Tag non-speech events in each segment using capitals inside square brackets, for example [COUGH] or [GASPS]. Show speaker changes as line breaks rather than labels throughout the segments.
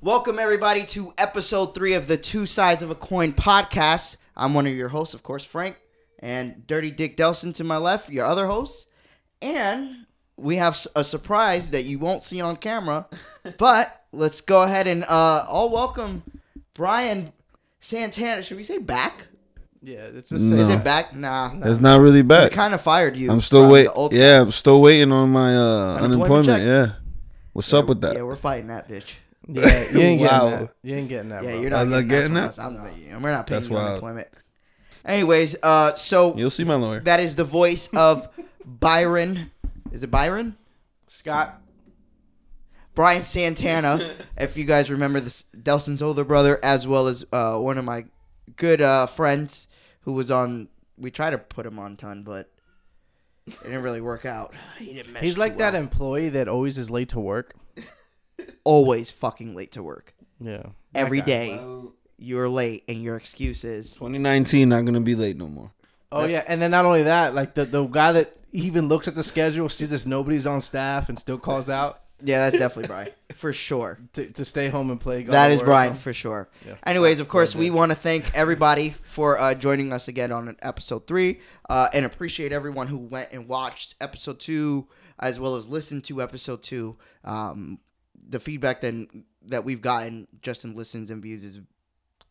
Welcome, everybody, to episode three of the Two Sides of a Coin podcast. I'm one of your hosts, of course, Frank, and Dirty Dick Delson to my left, your other host. And we have s- a surprise that you won't see on
[LAUGHS]
camera, but let's go ahead and uh, all welcome Brian Santana. Should we say back?
Yeah, it's just
Is
no.
it back? Nah.
That's not really
We
back.
kind of fired you.
I'm still
from
waiting.
the old
Yeah,
cast.
I'm still waiting on my uh,
Unemployment
unemployment.
check?
Yeah. What's up with that?
Yeah, we're fighting that bitch. [LAUGHS]
yeah, [LAUGHS] you ain't
Wow.
getting that. You ain't getting that.
Yeah,
bro.
you're not
I'm not
getting
getting
that.
that?
from us. I'm not, we're not paying
That's
you
wild.
unemployment. Anyways, uh, so
You'll see my lawyer.
that is the voice of Byron. Is it Byron?
Scott.
Brian Santana. if you guys remember this, Delson's older brother, as well as uh, one of my good uh, friends who was on. We tried to put him on ton, but it didn't really work out. He didn't mesh
He's
too
like that
well.
employee that always is late to work.
always fucking late to work.
Yeah. that
Every
guy.
day you're late, and your excuse is
2019, not gonna be late no more.
Oh
That's-
yeah, and then not only that, like the the guy that even looks at the schedule, sees this nobody's on staff, and still calls out
yeah, that's definitely Brian for sure.
to, to stay home and play. God
That
of
is
War.
Brian for sure.
Yeah.
Anyways, of course, we
[LAUGHS]
want to thank everybody for uh, joining us again on episode three, uh, and appreciate everyone who went and watched episode two as well as listened to episode two. Um, the feedback then that we've gotten just in listens and views is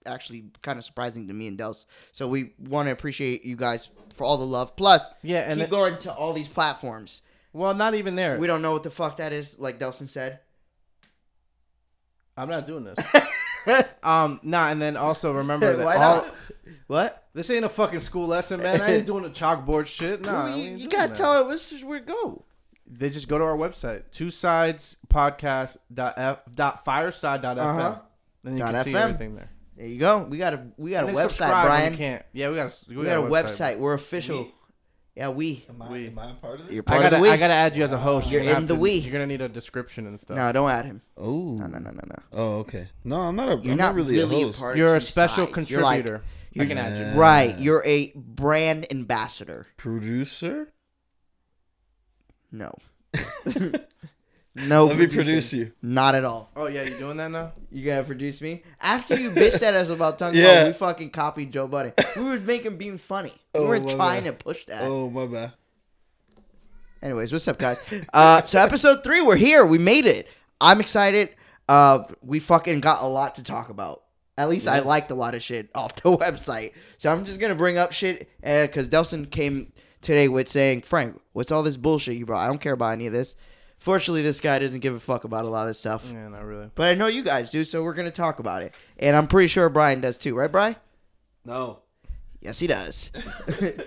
actually kind of surprising to me and Dels. So we want to appreciate you guys for all the love. Plus,
Yeah, and
keep
it-
going to all these platforms.
Well, not even there.
We don't know what the fuck that is, like Delson said.
I'm not doing this.
[LAUGHS]
um, nah, and then also remember that
Why
all [LAUGHS]
not? What?
this ain't a fucking school lesson, man. I ain't doing the chalkboard shit. Nah,
Well,
we
you,
ain't
you
doing
gotta
that.
tell our listeners where to go.
They just go to our website, two sides podcast dot f dot fireside dot fm.
Uh-huh.
Then you
Dot
can see
FM.
everything there.
There you go. We got a we got
And
a
then
website,
subscribe when
Brian.
You can't. Yeah, we got a,
we got a website. We're official. Yeah, we.
Am
I- am
part of
You're part
I gotta,
of the we.
I gotta add you as a host.
You're
gonna
in
have
the
to-
we.
You're gonna need a description and stuff.
No, don't add him.
Oh.
No, no, no, no, no.
Oh, okay. No, I'm not a.
You're not
am not really, a host.
part. of
You're a
Two
special
Sides. You're like-
contributor.
you're-
I can add you.
Yeah.
right. You're a brand ambassador.
producer.
No.
[LAUGHS]
no.
Let me
producing.
produce you.
Not at all.
Oh yeah, you doing that now?
You gotta produce me after you bitched at us about tongue
[LAUGHS] Yeah.
yeah. We fucking copied Joe Budden. We were making being funny. We
Oh,
weren't
my
trying to
bad.
push that.
Oh my bad.
Anyways, what's up, guys? Uh, so episode three, we're here. We made it. I'm excited. Uh, we fucking got a lot to talk about. At least I
Yes.
liked a lot of shit off the [LAUGHS] website. So I'm just gonna bring up shit because Delson came today with saying, "Frank, what's all this bullshit you brought? I don't care about any of this." Fortunately, this guy doesn't give a fuck about a lot of this stuff,
Yeah, not really.
but I know you guys do, so we're gonna talk about it. And I'm pretty sure Brian does too, right, Brian?
No.
Yes, he does. [LAUGHS]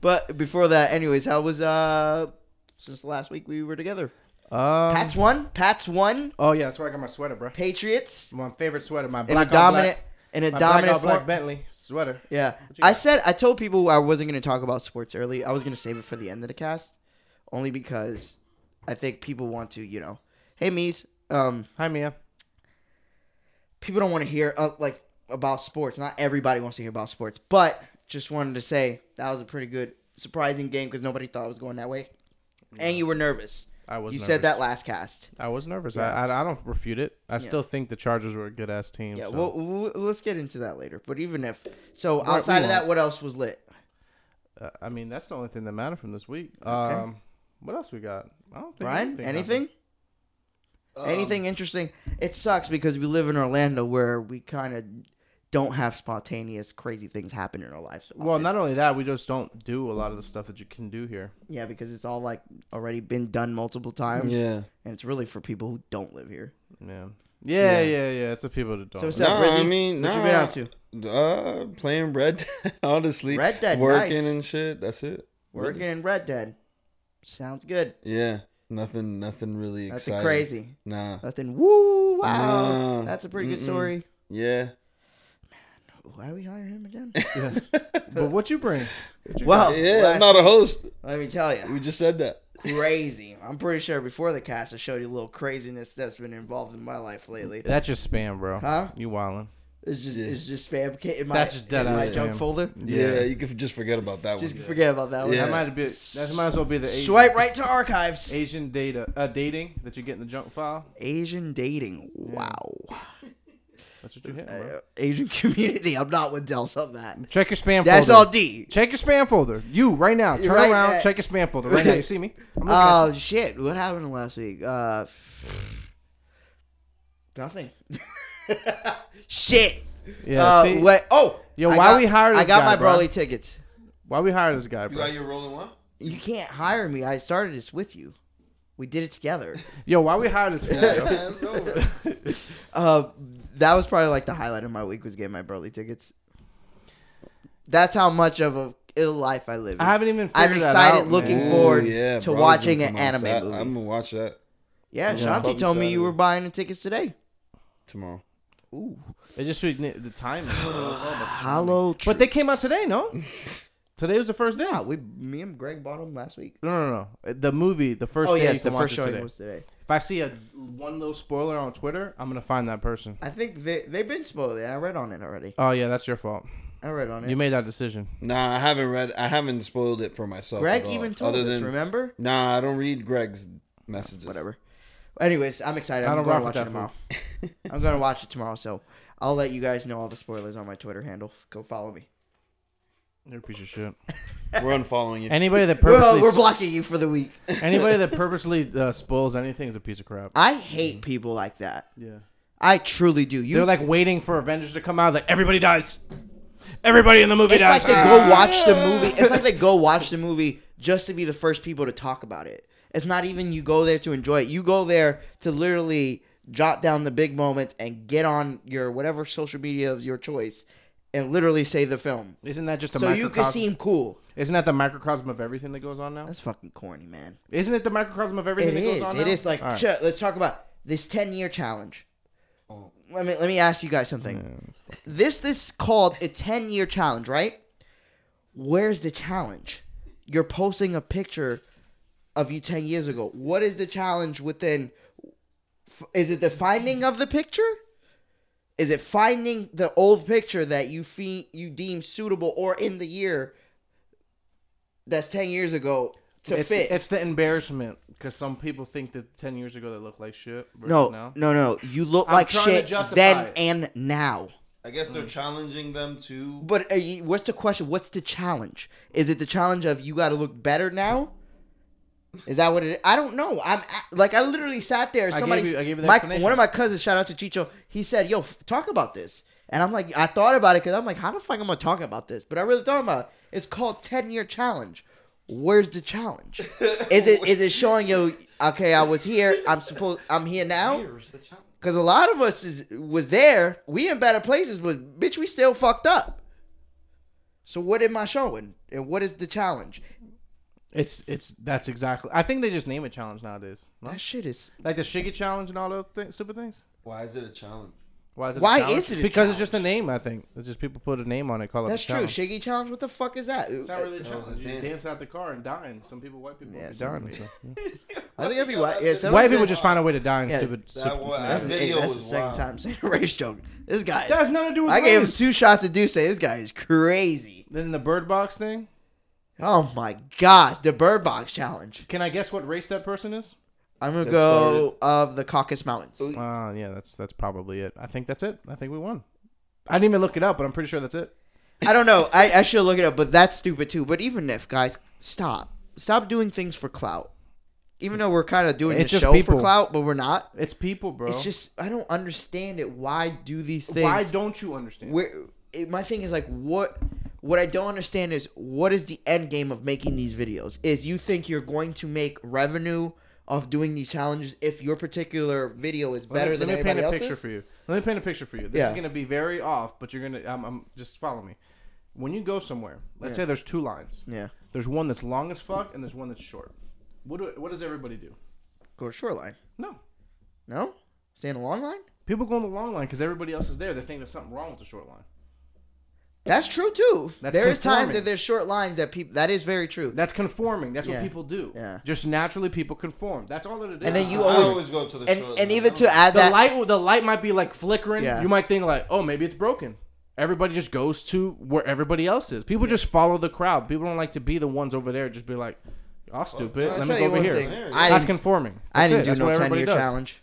but before that, anyways, how was uh since last week we were together?
Um,
Pats won. Pats won.
oh yeah, that's where I got my sweater, bro.
Patriots
My favorite sweater, my
in a
black on
dominant in a
black, my black,
dominant
on black
form.
Bentley sweater.
Yeah,
you
I
got?
said I told people I wasn't going to talk about sports early. I was going to save it for the end of the cast, only because I think people want to, you know, hey me's, um,
Hi Mia.
people don't want to hear uh, like about sports. Not everybody wants to hear about sports, but just wanted to say that was a pretty good, surprising game because nobody thought it was going that way, and you were nervous.
I was.
you
nervous.
said that last cast.
I was nervous.
Yeah.
I, I I don't refute it. I still think the Chargers were a good ass team.
Yeah,
so.
well, we'll, let's get into that later. But even if so,
we
outside of that,
won't.
what else was lit?
Uh, I mean, that's the only thing that mattered from this week.
Okay.
Um, what else we got? I don't think
Brian,
anything
anything?
happened.
anything interesting? It sucks because we live in Orlando where we kind of don't have spontaneous crazy things happen in our lives.
Well,
often.
not only that, we just don't do a lot of the stuff that you can do here.
yeah, because it's all like already been done multiple times.
Yeah.
and it's really for people who don't live here.
Yeah. Yeah, yeah,
Yeah.
yeah. It's the people that don't.
So what's
No,
up, Brizzy?
I mean,
what
no.
you been up to?
Uh, playing Red Dead. [LAUGHS] Honestly,
Red Dead,
working
nice.
and shit. That's it.
Working in Red Dead. Sounds good.
Yeah. Nothing. Nothing really
Nothing
exciting.
crazy. Uh,
Nah.
Nothing. Woo! Wow,
No.
that's a pretty good
Mm-mm.
story.
Yeah.
Why we hire him
[LAUGHS]
again? [LAUGHS]
But what you bring? What you
Well,
Yeah.
last-
I'm not a host.
let me tell you.
We just said that.
crazy. I'm pretty sure before the cast, I showed you a little craziness that's been involved in my life lately.
got? that's your spam, bro.
Huh?
You wildin'.
It's just
Yeah.
it's just spam kit in my
That's just dead
in my
ass
junk
spam.
folder.
Yeah, you could just forget about that
Just
one.
forget about that one.
Yeah.
That might be. That might as well be the Asian,
Swipe right to archives.
Asian data uh, dating that you get in the junk file.
Asian dating. Wow.
That's what you hit.
Uh,
Bro.
Asian [LAUGHS] community. I'm not with Dels on that.
Check your spam.
That's
folder.
all D.
Check your spam folder. You right now. Turn
Right
around.
now.
Check your spam folder right
[LAUGHS]
now. You see me? I'm looking at
Oh shit! What happened last week? Uh, nothing. [LAUGHS] shit.
you. Yeah.
uh,
see?
What? Oh,
Yo,
I
why
got-
we hired
I
this
got
guy,
my
bro?
Broly tickets.
Why we hire this guy,
You
bro?
got your
[LAUGHS]
rolling one?
You can't hire me. I started this with you. We did it together. [LAUGHS]
Yo, why we hire this guy? yo?
uh, that was probably like the highlight of my week was getting my Broly tickets. That's how much of a ill life I live.
I haven't even. Figured
[LAUGHS] I'm
that
excited,
out,
looking
man.
for- forward to
Broly's
watching
gonna
an
come out
anime
Sat-
movie.
I'm gonna watch that
yeah,
Yeah.
Shanti
Probably
told me you
Saturday.
were buying the tickets today.
tomorrow.
Ooh,
It just we- the timing.
hollow.
[GASPS] But they came out today,
[LAUGHS]
no? Today was the first day.
Yeah,
No,
Ah, we, me and Greg bought them last week.
no, no. The movie, the first.
oh
day
yes,
you can
the
watch
first
is
showing
today.
was today.
If I see a one little spoiler on Twitter, I'm gonna find that person.
I think they they've been spoiled. I read on it already.
Oh yeah, that's your fault.
I read on it.
You made that decision.
Nah, I haven't read. I haven't spoiled it for myself.
Greg
at
Oh,
all.
even told
Other
us.
than-
remember?
Nah, I don't read Greg's messages.
Whatever. Anyways, I'm excited.
I
I'm
don't
going to
rock
watch it
with
tomorrow. [LAUGHS] I'm going to watch it tomorrow, so I'll let you guys know all the spoilers on my Twitter handle. Go follow me.
You're a piece of shit.
[LAUGHS] We're unfollowing you.
[LAUGHS]
Anybody that
We're,
purposely
we're blocking you for the
[LAUGHS]
week.
anybody
[LAUGHS]
that purposely uh, spoils anything is a piece of crap.
I hate people like that.
Yeah.
I truly do. You
They're like waiting for Avengers to come out. Like everybody dies. Everybody in the movie
It's like
dies.
they
Ah.
go watch the movie. It's like they
[LAUGHS]
go watch the movie just to be the first people to talk about it. It's not even you go there to enjoy it. You go there to literally jot down the big moments and get on your whatever social media of your choice and literally say the film.
Isn't that just a
So you
microcosm?
can seem cool.
Isn't that the microcosm of everything that goes on now?
That's fucking corny, man.
Isn't it the microcosm of everything
It
that
is.
goes on
It
now?
is like
All right.
"Shit, let's talk about this ten year challenge.
Oh.
Let me let me ask you guys something. This this is called a ten year challenge, right? Where's the challenge? You're posting a picture of you ten years ago. What is the challenge within? f- Is it the finding of the picture? Is it finding the old picture that you fe- you deem suitable or in the year that's ten years ago to
it's,
fit?
it's the embarrassment because some people think that 10 years ago they looked like shit. versus
No,
now.
no, no. You look
I'm
like
trying to
shit
justify
then
it.
and now.
I guess they're challenging them to.
But are you, what's the question? What's the challenge? Is it the challenge of you got to look better now? Is that what it? I don't know. I'm a- like I literally sat there.
gave
Somebody,
you- I gave you the
my,
explanation.
one of my cousins, shout out to Chicho. He said, "Yo, f- talk about this." And I'm like, I thought about it because I'm like, how the fuck am I talking about this? But I really thought about it. It's called ten year challenge. Where's the challenge? Is it is it showing you? Okay, I was here. I'm supposed. I'm here now.
Here's the challenge.
Cause a lot of us is was there. We in better places, but bitch, we still fucked up. So what am I showing? And what is the challenge?
It's it's that's exactly. I think they just name it challenge nowadays. no?
That shit is
Like the Shiggy challenge and all those th- stupid things.
Why is it a challenge?
Why is it? a
Why
challenge?
is it a
because it's just a name. I think it's just people put a name on it. Call it.
that's
a
true.
challenge.
Shiggy challenge. What the fuck is that?
It's not really a
That was
challenge.
a
You just
dance.
dance out the car and dying. Some people, white people,
Yeah,
be
darn
dying,
me.
so, yeah.
I think it'd be white. Yeah,
white
someone
people
said-
just find a way to die in
Yeah,
stupid.
that
stupid
was-
That's,
scenarios.
the-
That video
that's the
was
second
wild.
time saying a race joke. This guy.
That
Is,
has nothing to do with.
I gave him
race.
two shots to do say this guy is crazy.
Then the bird box thing.
Oh my gosh, the bird box challenge.
Can I guess what race that person is?
I'm gonna
That
go of the Caucasus Mountains.
Uh, yeah, that's that's probably it. I think that's it. I think we won. I didn't even look it up, but I'm pretty sure that's it.
I don't know. I, I should look it up, but that's stupid too. But even if guys, stop, stop doing things for clout. Even though we're kind of doing
It's
the
just
show for
people.
clout, but we're not.
It's people, bro.
It's just I don't understand it. Why do these things?
why don't you understand?
Where it, my thing is like what what I don't understand is what is the end game of making these videos? Is you think you're going to make revenue of doing these challenges if your particular video is better
let
than
me, let me paint
anybody
a
else's?
picture for you. Let me paint a picture for you. This
Yeah.
is going to be very off, but you're going to um, um, just follow me. When you go somewhere, let's say there's two lines.
Yeah,
There's one that's long as fuck, and there's one that's short. What do, what does everybody do?
go to shoreline.
No,
No, stay in a long line.
people go on the long line because everybody else is there. They think there's something wrong with the short line.
That's true too.
That's
there is times
conforming.
that there's short lines that people. That is very true.
That's conforming. That's
Yeah.
what people do.
Yeah.
Just naturally, people conform. That's all that it is.
And then you
I
always-
always go to the
and
show.
and even to add
the
that,
light the light might be like flickering.
Yeah.
You might think like, oh, maybe it's broken. Everybody just goes to where everybody else is. People just follow the crowd. People don't like to be the ones over there. Just be like, y'all stupid.
I'll
Let
tell you
me go over
one
here.
thing.
That's
I
That's
didn't,
conforming.
I
That's
didn't
it.
do
That's
no
what
ten
everybody
year
does.
challenge.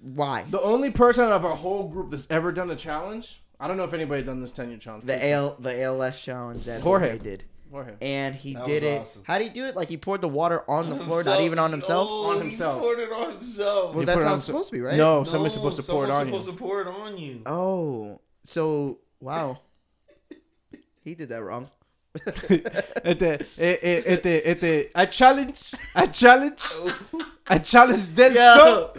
Why
The only person out of our whole group that's ever done the challenge, I don't know if anybody done this ten year challenge.
the AL the ALS challenge that
Jorge.
Jorge did,
Jorge.
and he
That
did
was
it.
awesome.
How did he do it? Like he poured the water on the floor, not even on himself.
Oh,
On
he
himself.
poured it on himself.
well,
He
that's
put it
how
on
it's
so-
supposed to be, right?
No,
No,
someone's supposed to pour it on
someone's
you.
supposed to pour it on you.
Oh, so wow, he did that wrong.
[LAUGHS] Este, eh, eh, este, este, I challenge, I challenge, I challenge Delso,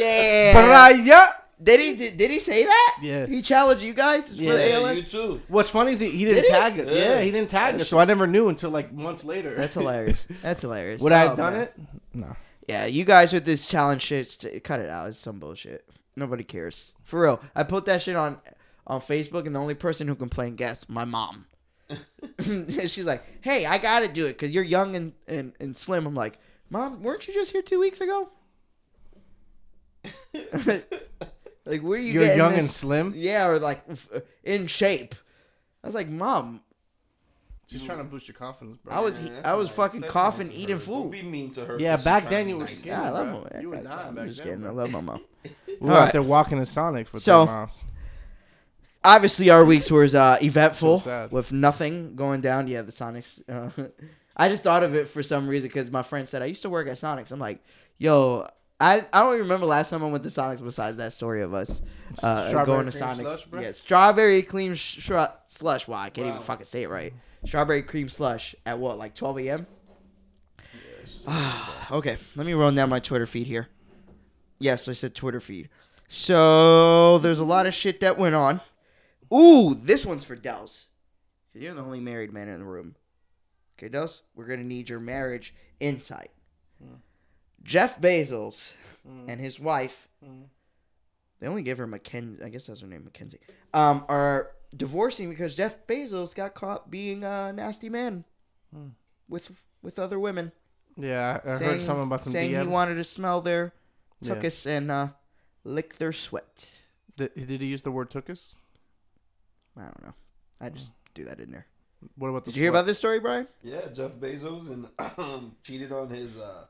yeah.
Brian.
Did he did, did he say that?
Yeah.
He challenged you guys for
[LAUGHS]
Yeah.
the
[LAUGHS] Yeah, you
ALS.
too.
What's funny is he, he didn't
Did he?
tag us. Yeah.
Yeah.
he didn't tag us, so I never knew until like months later. [LAUGHS]
That's hilarious. That's hilarious.
Would I
Oh,
have done
man.
it? No.
Yeah, you guys with this challenge shit, st- cut it out. It's some bullshit. Nobody cares. For real. I put that shit on on Facebook, and the only person who complained, guess, my
[LAUGHS]
mom. [LAUGHS] She's like, hey, I got to do it because you're young and, and, and slim. I'm like, mom, weren't you just here two weeks
[LAUGHS]
ago? [LAUGHS] like, where are you
You're
getting
young
this-
and slim.
Yeah, or like f- in shape. I was like, mom,
Just trying to boost your confidence, bro.
I was
Yeah, that's
I was
nice.
fucking
That's
coughing,
nice of
eating
her.
food.
Don't be mean to her.
Yeah,
'cause
back
she's
then
trying
you
to
were
be nice to
scared.
yeah, I
bro.
love my mom.
You were dying
I'm
back
just
then,
kidding.
bro.
I love my mom.
we were
All
out
right.
there walking to Sonic for
So-
three miles.
Obviously, our weeks were uh, eventful
[LAUGHS] So sad.
with nothing going down. Yeah, the Sonics. Uh, [LAUGHS] I just thought of it for some reason because my friend said I used to work at Sonics. I'm like, yo, I, I don't even remember last time I went to Sonics besides that story of us uh,
Strawberry
going to
cream
Sonics.
slush, bro?
yeah, strawberry cream sh- shru- slush. Wow, I can't even
Wow.
fucking say it right. Strawberry cream slush at what, like 12 a.m. Ah, okay, let me run down my Twitter feed here. Yes, I said Twitter feed. So there's a lot of shit that went on. Ooh, this one's for Dels. 'Cause You're the only married man in the room. Okay, Dels, we're gonna need your marriage insight.
Hmm.
Jeff Bezos and his wife. They only give her Mackenzie. I guess that's her name, Mackenzie. Um, are divorcing because Jeff Bezos got caught being a nasty man with with other women
Yeah, Hmm. I, I heard something about some
saying
DMs.
he wanted to smell their
Yeah.
tuchus and uh, lick their sweat.
Did, did he use the word "tookus"?
I don't know. I just do that in there.
What about Hmm. the?
Did you hear
sweat?
about this story, Brian?
Yeah, Jeff Bezos and um, cheated on his. Uh,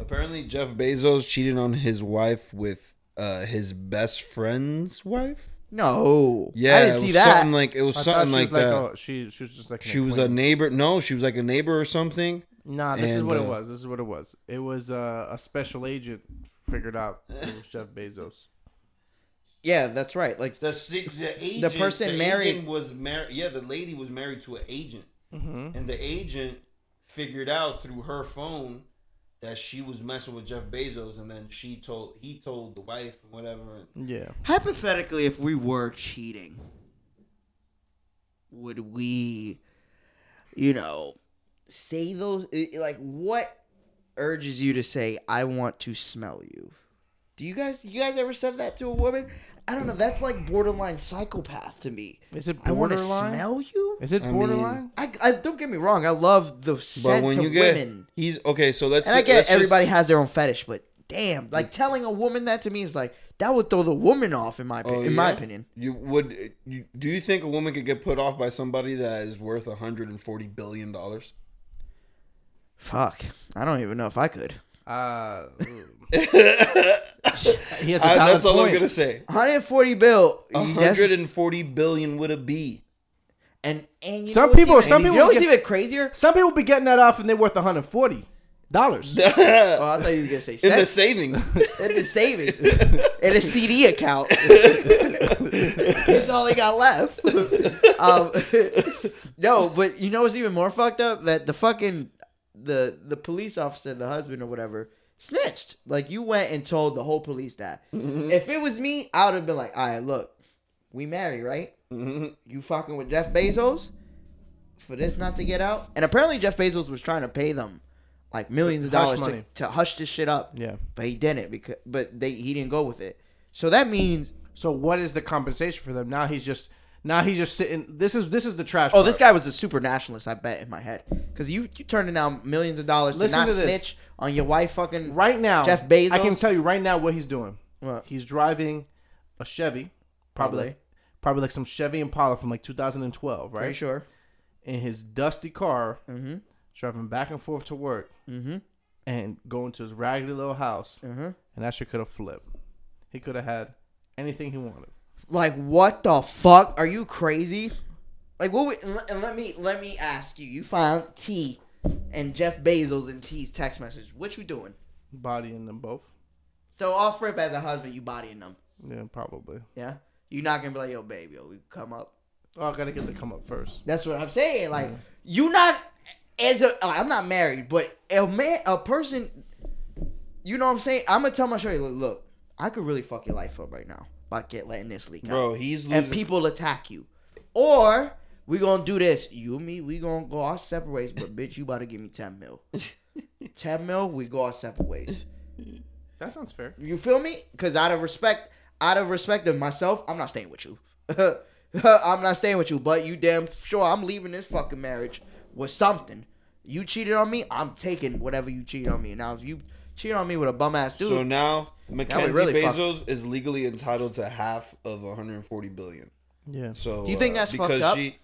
apparently, Jeff Bezos cheated on his wife with uh, his best friend's wife.
No.
Yeah,
I didn't
it
see
was
that.
Something like it was
I thought
something
she
like
was
that.
oh, she, she was just like. an
she was a
acquaintance.
neighbor. No, she was like a neighbor or something.
Nah, this is
and,
what it
uh,
was. This is what it was. It was uh, a special agent figured out
[LAUGHS]
it was Jeff Bezos.
yeah, that's right. Like
The si- the agent,
person
the
married-
agent was married. Yeah, the lady was married to an agent,
Mm-hmm.
and the agent figured out through her phone that she was messing with Jeff Bezos, and then she told he told the wife and whatever.
Yeah.
hypothetically, if we were cheating, would we, you know, say those? i- Like, what urges you to say, "I want to smell you"? Do you guys, you guys ever said that to a woman? I don't know. That's like borderline psychopath to me.
Is it
I want to
borderline?
smell you.
Is it
I mean-
borderline?
I, I don't get me wrong. I love the
But
scent
when
of
you get
women,
he's okay, so let's
and I
let's
get
just- Mm.
everybody has their own fetish, but damn, like telling a woman that to me is like that would throw the woman off in my opi-
Oh,
in my
yeah?
opinion.
You would you, do you think a woman could get put off by somebody that is worth 140 billion dollars?
Fuck, I don't even know if I could.
[LAUGHS] Uh,
That's
he has a valid
Uh, all I'm
point.
gonna say.
140 bill, you- that's-
140 billion with a [LAUGHS] B.
and and you
Some
know what's
people-
even-
some
you know
people
what's
get-
even crazier.
Some people be getting that off and they're worth 140 dollars.
Oh, I thought you were gonna say
[LAUGHS] In the
sex. [LAUGHS]
savings.
In the savings,
[LAUGHS]
in a CD account. That's all he got left. um, [LAUGHS] no, but you know what's even more fucked up? That the fucking the the police officer, the husband or whatever, snitched. Like you went and told the whole police that.
Mm-hmm.
If it was me, I would have been like, all right, look, we marry, right?
Mm-hmm.
Mhm.
You fucking with Jeff Bezos for this not to get out. And apparently Jeff Bezos was trying to pay them like millions of
Hush
dollars to,
money.
to hush this shit up.
Yeah.
But he didn't because but they he didn't go with it. So that means
So what is the compensation for them? Now he's just Now he's just sitting. This is this is the trash.
Oh, this
part.
guy was a super nationalist, I bet in my head, because you you turning down millions of dollars
Listen
to not
to this.
snitch on your wife, fucking
right now,
Jeff Bezos.
I can tell you right now what he's doing.
What?
He's driving a Chevy, probably,
Probably.
probably, like some Chevy Impala from like 2012, right?
Pretty sure.
In his dusty car,
Mhm.
driving back and forth to work,
Mhm.
and going to his raggedy little house,
Mhm.
and that shit could have flipped. He could have had anything he wanted.
Like what the fuck? Are you crazy? Like what? We, and, let, and let me let me ask you. You found T and Jeff Bezos in T's text message. What you doing?
Bodying them both.
So off rip as a husband, you bodying them.
Yeah, probably.
Yeah. You're not gonna be like, yo, babe, yo, we come up.
Oh, I gotta get the come up first.
That's what I'm saying. Like you not as a like, I'm not married, but a man a person you know what I'm saying? I'm gonna tell my shorty, look, look, I could really fuck your life up right now by get letting this leak out.
Bro, he's losing.
And people attack you. Or we gonna do this. You and me, we gonna go our separate ways, but bitch, you about to give me ten mil. ten mil, we go our separate ways.
That sounds fair.
You feel me? Because out of respect, out of respect of myself, I'm not staying with you. [LAUGHS] I'm not staying with you. But you damn sure I'm leaving this fucking marriage with something. You cheated on me. I'm taking whatever you cheated on me. Now if you cheat on me with a bum ass dude,
so now Mackenzie
really fucked.
Bezos is legally entitled to half of 140 billion.
Yeah.
So
Do you think
uh,
that's fucked
because
up?
She,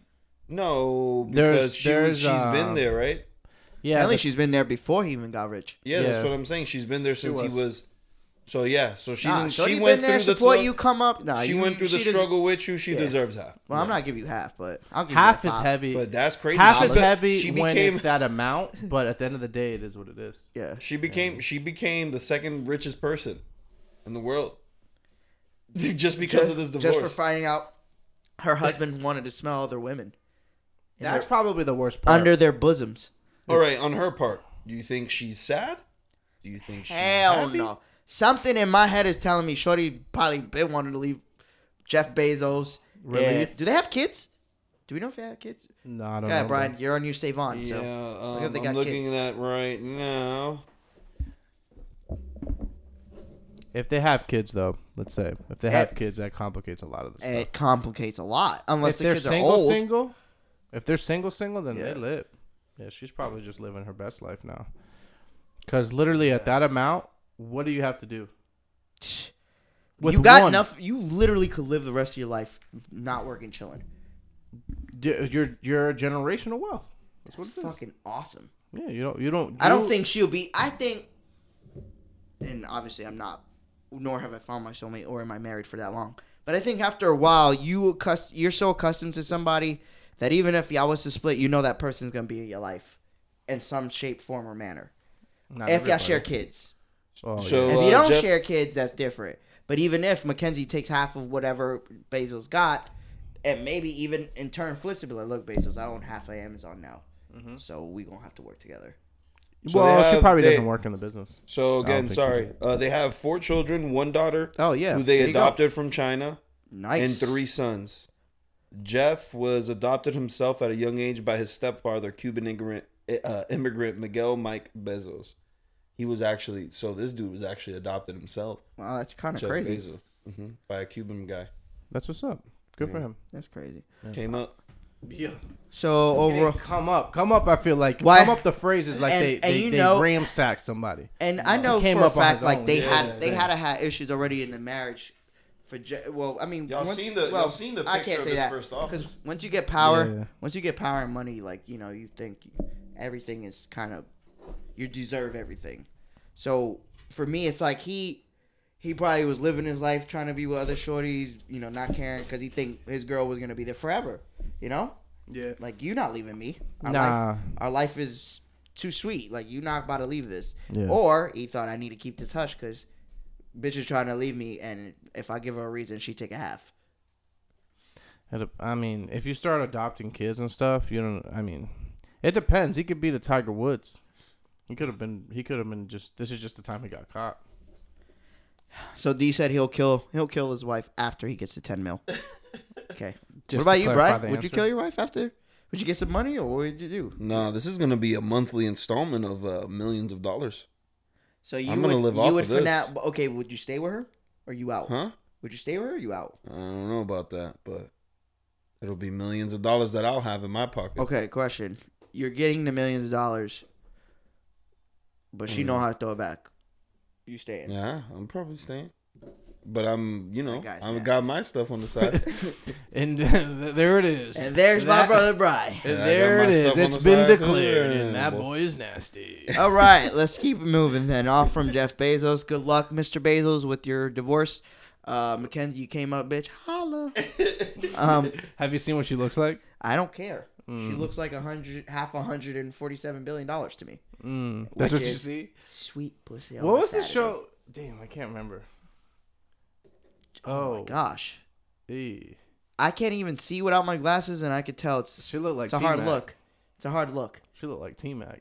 no,
There's-
because she was,
there's,
she's been
um,
there, right?
Yeah.
apparently
the-
she's been there before he even got rich.
Yeah,
Yeah.
that's what I'm saying. She's been there since
was.
he was. So yeah, so she's
Nah,
in,
shorty
she went
been there,
through the
support
tru-
you come up. Nah,
She
you-
went through the
she does-
struggle with you. She
Yeah.
deserves half.
Well, I'm not give you half, but I'll give
half
you
is
like five.
heavy.
But that's crazy.
half
She
is
took-
heavy
She
when
became
it's that amount, but at the end of the day, it is what it is.
Yeah,
she became she became the second richest person in the world [LAUGHS] just because of this divorce.
Just for finding out her husband wanted to smell other women in
That's
their-
probably the worst part.
under their bosoms.
All right, on her part, do you think she's sad? Do you think she's
Hell
happy?
no. Something in my head is telling me Shorty probably been wanting to leave Jeff Bezos.
Relief.
And- do they have kids? Do we know if they have kids?
no, I don't
Yeah,
know.
Brian, you're on your save on.
Yeah,
So.
um,
if they got
I'm looking
kids.
at that right now.
If they have kids, though, let's say if they
Eh.
have kids, that complicates a lot of the stuff.
It complicates a lot unless
if
the
they're
kids
single,
are old.
single, if they're single, single, then
Yeah.
they live. Yeah, she's probably just living her best life now. Because literally at that amount, what do you have to do?
Tch.
With
you got
one,
enough. You literally could live the rest of your life not working, chilling.
y- You're you're generational wealth. That's what it is.
Fucking awesome.
Yeah, you don't you don't.
I don't
you-
think she'll be. I think, and obviously I'm not, nor have I found my soulmate, or am I married for that long. But I think after a while, you accust- you're so accustomed to somebody that even if y'all was to split, you know that person's gonna be in your life in some shape, form, or manner.
not
if y'all share
everybody.
kids,
Oh,
So,
yeah.
if you
uh,
don't
Jeff-
share kids, that's different. But even if Mackenzie takes half of whatever Basil's got, and maybe even in turn flips it, be like, "Look, Basil's, I own half of Amazon now, so we gonna have to work together."
So
well,
they
she
have-
probably
they-
doesn't work in the business.
So again,
think she
sorry. Uh, they have four children, one daughter,
Oh yeah,
who they
there you go.
adopted from China,
Nice.
and three sons. Jeff was adopted himself at a young age by his stepfather, Cuban immigrant, uh, immigrant Miguel Mike Bezos. He was actually so this dude was actually adopted himself,
Wow, that's kind of
Jeff
crazy.
Bezos, hmm by a Cuban guy.
That's what's up. Good for him.
That's crazy.
Came up.
Yeah.
So overall,
come up, come up. I feel like
Why-
come up. The phrase is like
And-
they
and
they,
you
they
know-
ransacked somebody.
and I know
came
for a
up on
fact,
his
like
own.
they
Yeah,
had they
yeah.
had a had issues already in the marriage. For Je- well, I mean,
Y'all
once-
seen the- y'all
well,
seen the
I
picture
can't
of
say
his
that
first office.
once you get power,
Yeah.
once you get power and money, like you know, you think everything is kind of you deserve everything. So for me, it's like he he probably was living his life trying to be with other shorties, you know, not caring because he think his girl was gonna be there forever. You know,
Yeah.
like you not leaving me. Our
Nah.
life, our life is too sweet. Like you not about to leave this.
Yeah.
Or he thought I need to keep this hush because bitch is trying to leave me, and if I give her a reason, she take a half.
It- I mean, if you start adopting kids and stuff, you don't. I mean, it depends. He could be the Tiger Woods. He could have been. He could have been just. This is just the time he got caught.
So D said he'll kill he'll kill his wife after he gets to ten mil. Okay.
Just
what about
to
you,
clarify
Brian?
the
Would you
answer.
kill your wife after? Would you get some money, or what would you do?
No, this is gonna be a monthly installment of uh, millions of dollars,
So you
I'm
would
gonna live
you
off
would
of
for
this.
now. Okay, would you stay with her? Or you out?
huh?
Would you stay with her? Or you out?
I don't know about that, but It'll be millions of dollars that I'll have in my pocket.
Okay, question. You're getting the millions of dollars, but she know how to throw it back. You staying?
Mm-hmm. Yeah, I'm probably staying. But I'm, you know,
That guy's
I've got my stuff on
[LAUGHS]
the side.
And [LAUGHS] there it is.
And there's my
That-
brother Bry.
And
Yeah, I
there
got
it
my
is.
stuff on
It's
the
been
side, too.
declared,
Yeah,
and that
boy.
boy is nasty.
[LAUGHS]
[LAUGHS]
All right, let's keep it moving then. Off from Jeff Bezos. Good luck, Mr. Bezos, with your divorce. Uh, Mackenzie, you came up, bitch.
[LAUGHS]
Holla. Um,
Have you seen what she looks like?
I don't care. She
Mm.
looks like a hundred, half a hundred and forty-seven billion dollars to me.
Mm, that's what you
Wicked.
see.
Sweet pussy. on
What
a
was the
Saturday.
show? Damn, I can't remember.
Oh,
Oh,
my gosh,
eh.
I can't even see without my glasses, and I could tell it's
she looked like
it's a
T-Mac.
hard look. It's a hard [LAUGHS] look.
She looked like T Mac.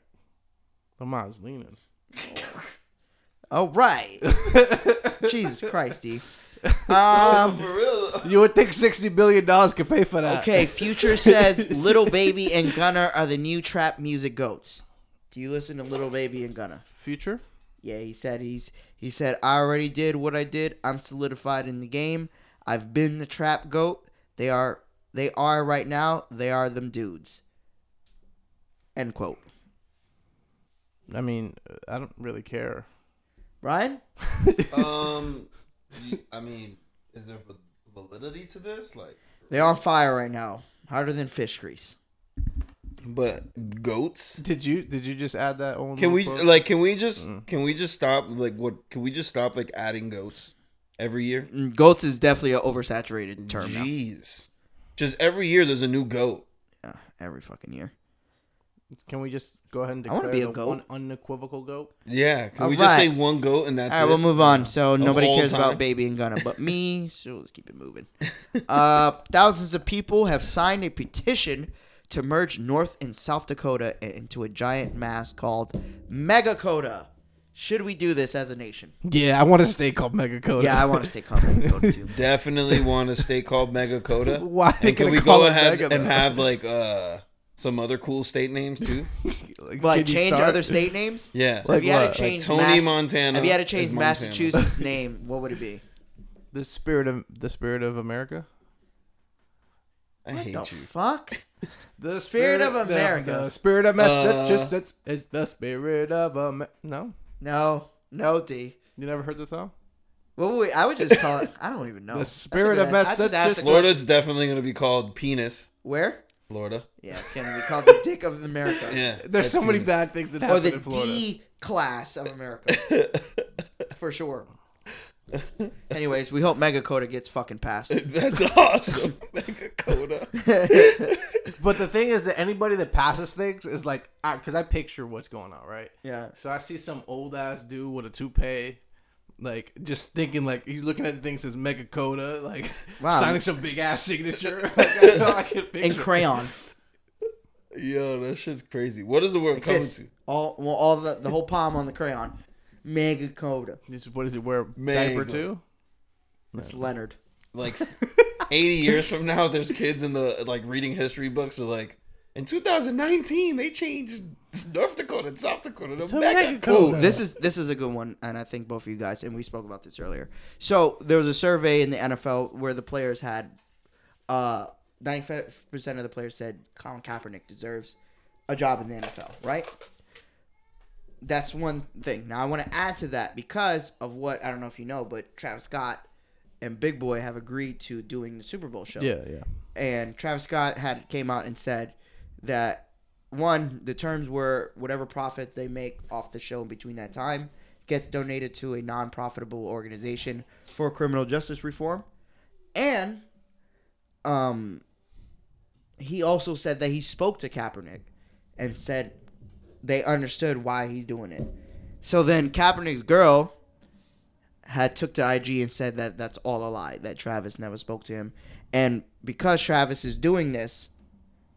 My mom's leaning.
All right. Jesus
[LAUGHS]
Christy. Um.
For real.
You would think sixty billion dollars could pay for that.
Okay. Future says Little Baby and Gunna are the new trap music goats. Do you listen to Little Baby and Gunna?
Future.
Yeah, he said he's he said I already did what I did. I'm solidified in the game. I've been the trap goat. They are they are right now. They are them dudes. End quote.
I mean, uh, I don't really care.
Ryan,
Um, you- I mean, is there val- validity to this? Like,
they're on fire right now, harder than fish grease.
but goats.
Did you did you just add that on?
Can we like? Can we just?
Mm.
Can we just stop? Like, what? Can we just stop like adding goats every year?
Mm, Goats is definitely an oversaturated term now.
Jeez. Just every year, there's a new goat.
Yeah, every fucking year.
Can we just go ahead and
I wanna
declare
be a
the
goat.
one unequivocal goat?
Yeah. Can we
All
just say
right.
one goat and that's
All right, we'll
it?
move on. So nobody
all
cares about
time.
Baby and Gunna, but
[LAUGHS]
me. So let's keep it moving. Uh, thousands of people have signed a petition to merge North and South Dakota into a giant mass called Megakota. Should we do this as a nation?
Yeah, I want to stay called Megacode.
Yeah, I want to stay
[LAUGHS]
called Megakota too.
Definitely want to
[LAUGHS]
stay called Megakota.
[LAUGHS] Why they
And can
gonna
we
call
go
it
ahead
Mega,
and
though?
have like uh some other cool state names too?
Like,
Like
can you
change
start-
other state names.
Yeah.
So if you had
what?
to change
Tony
Mass-
Montana
if you had to
is
change
Montana.
Massachusetts'
[LAUGHS]
name, what would it be?
The spirit of the spirit of America.
I
What
hate
the
you.
fuck?
The
Spirit of America. Uh,
The, spirit of Massachusetts is the spirit of Amer- No,
No, no, D.
you never heard the song.
Well, wait, I would just call it. I don't even know.
The
That's a
spirit
good
of
ass- I just asked the
Massachusetts-
question.
Florida's definitely gonna be called penis.
Where?
Florida.
Yeah, it's gonna be called the [LAUGHS] Dick of America.
Yeah.
There's
that's
so many
penis.
bad things that happen
Or the
in Florida.
D class of America. For sure. Anyways, we hope Megakota gets fucking passed.
[LAUGHS] [LAUGHS] That's awesome. [LAUGHS]
[LAUGHS]
Megakota.
But the thing is that anybody that passes things is like, because I picture what's going on, right?
Yeah.
So I see some old ass dude with a toupee, like just thinking like he's looking at the thing that says Mega Coda, like
Wow.
signing some big
[LAUGHS]
ass signature. like, I know I can
In
picture
crayon.
Yo, that shit's crazy. What is the world coming
Kiss.
to?
All well, all the the whole palm on the crayon. Megakota.
This- what does he wear?
Mega.
Diaper too?
It's Leonard.
Like
[LAUGHS]
80 years from now, there's kids in the like reading history books are like, in 2019, they changed North Dakota and South Dakota to, Megakota.
Ooh, this is this is a good one, and I think both of you guys and we spoke about this earlier. So there was a survey in the NFL where the players had uh, ninety-five percent of the players said Colin Kaepernick deserves a job in the NFL, right? That's one thing. Now I want to add to that because of what I don't know if you know, but Travis Scott and Big Boy have agreed to doing the Super Bowl show
Yeah, yeah.
and Travis Scott had came out and said that one the terms were whatever profits they make off the show in between that time gets donated to a non-profitable organization for criminal justice reform and um he also said that he spoke to Kaepernick and said they understood why he's doing it so then Kaepernick's girl had took to IG and said that that's all a lie that Travis never spoke to him, and because Travis is doing this,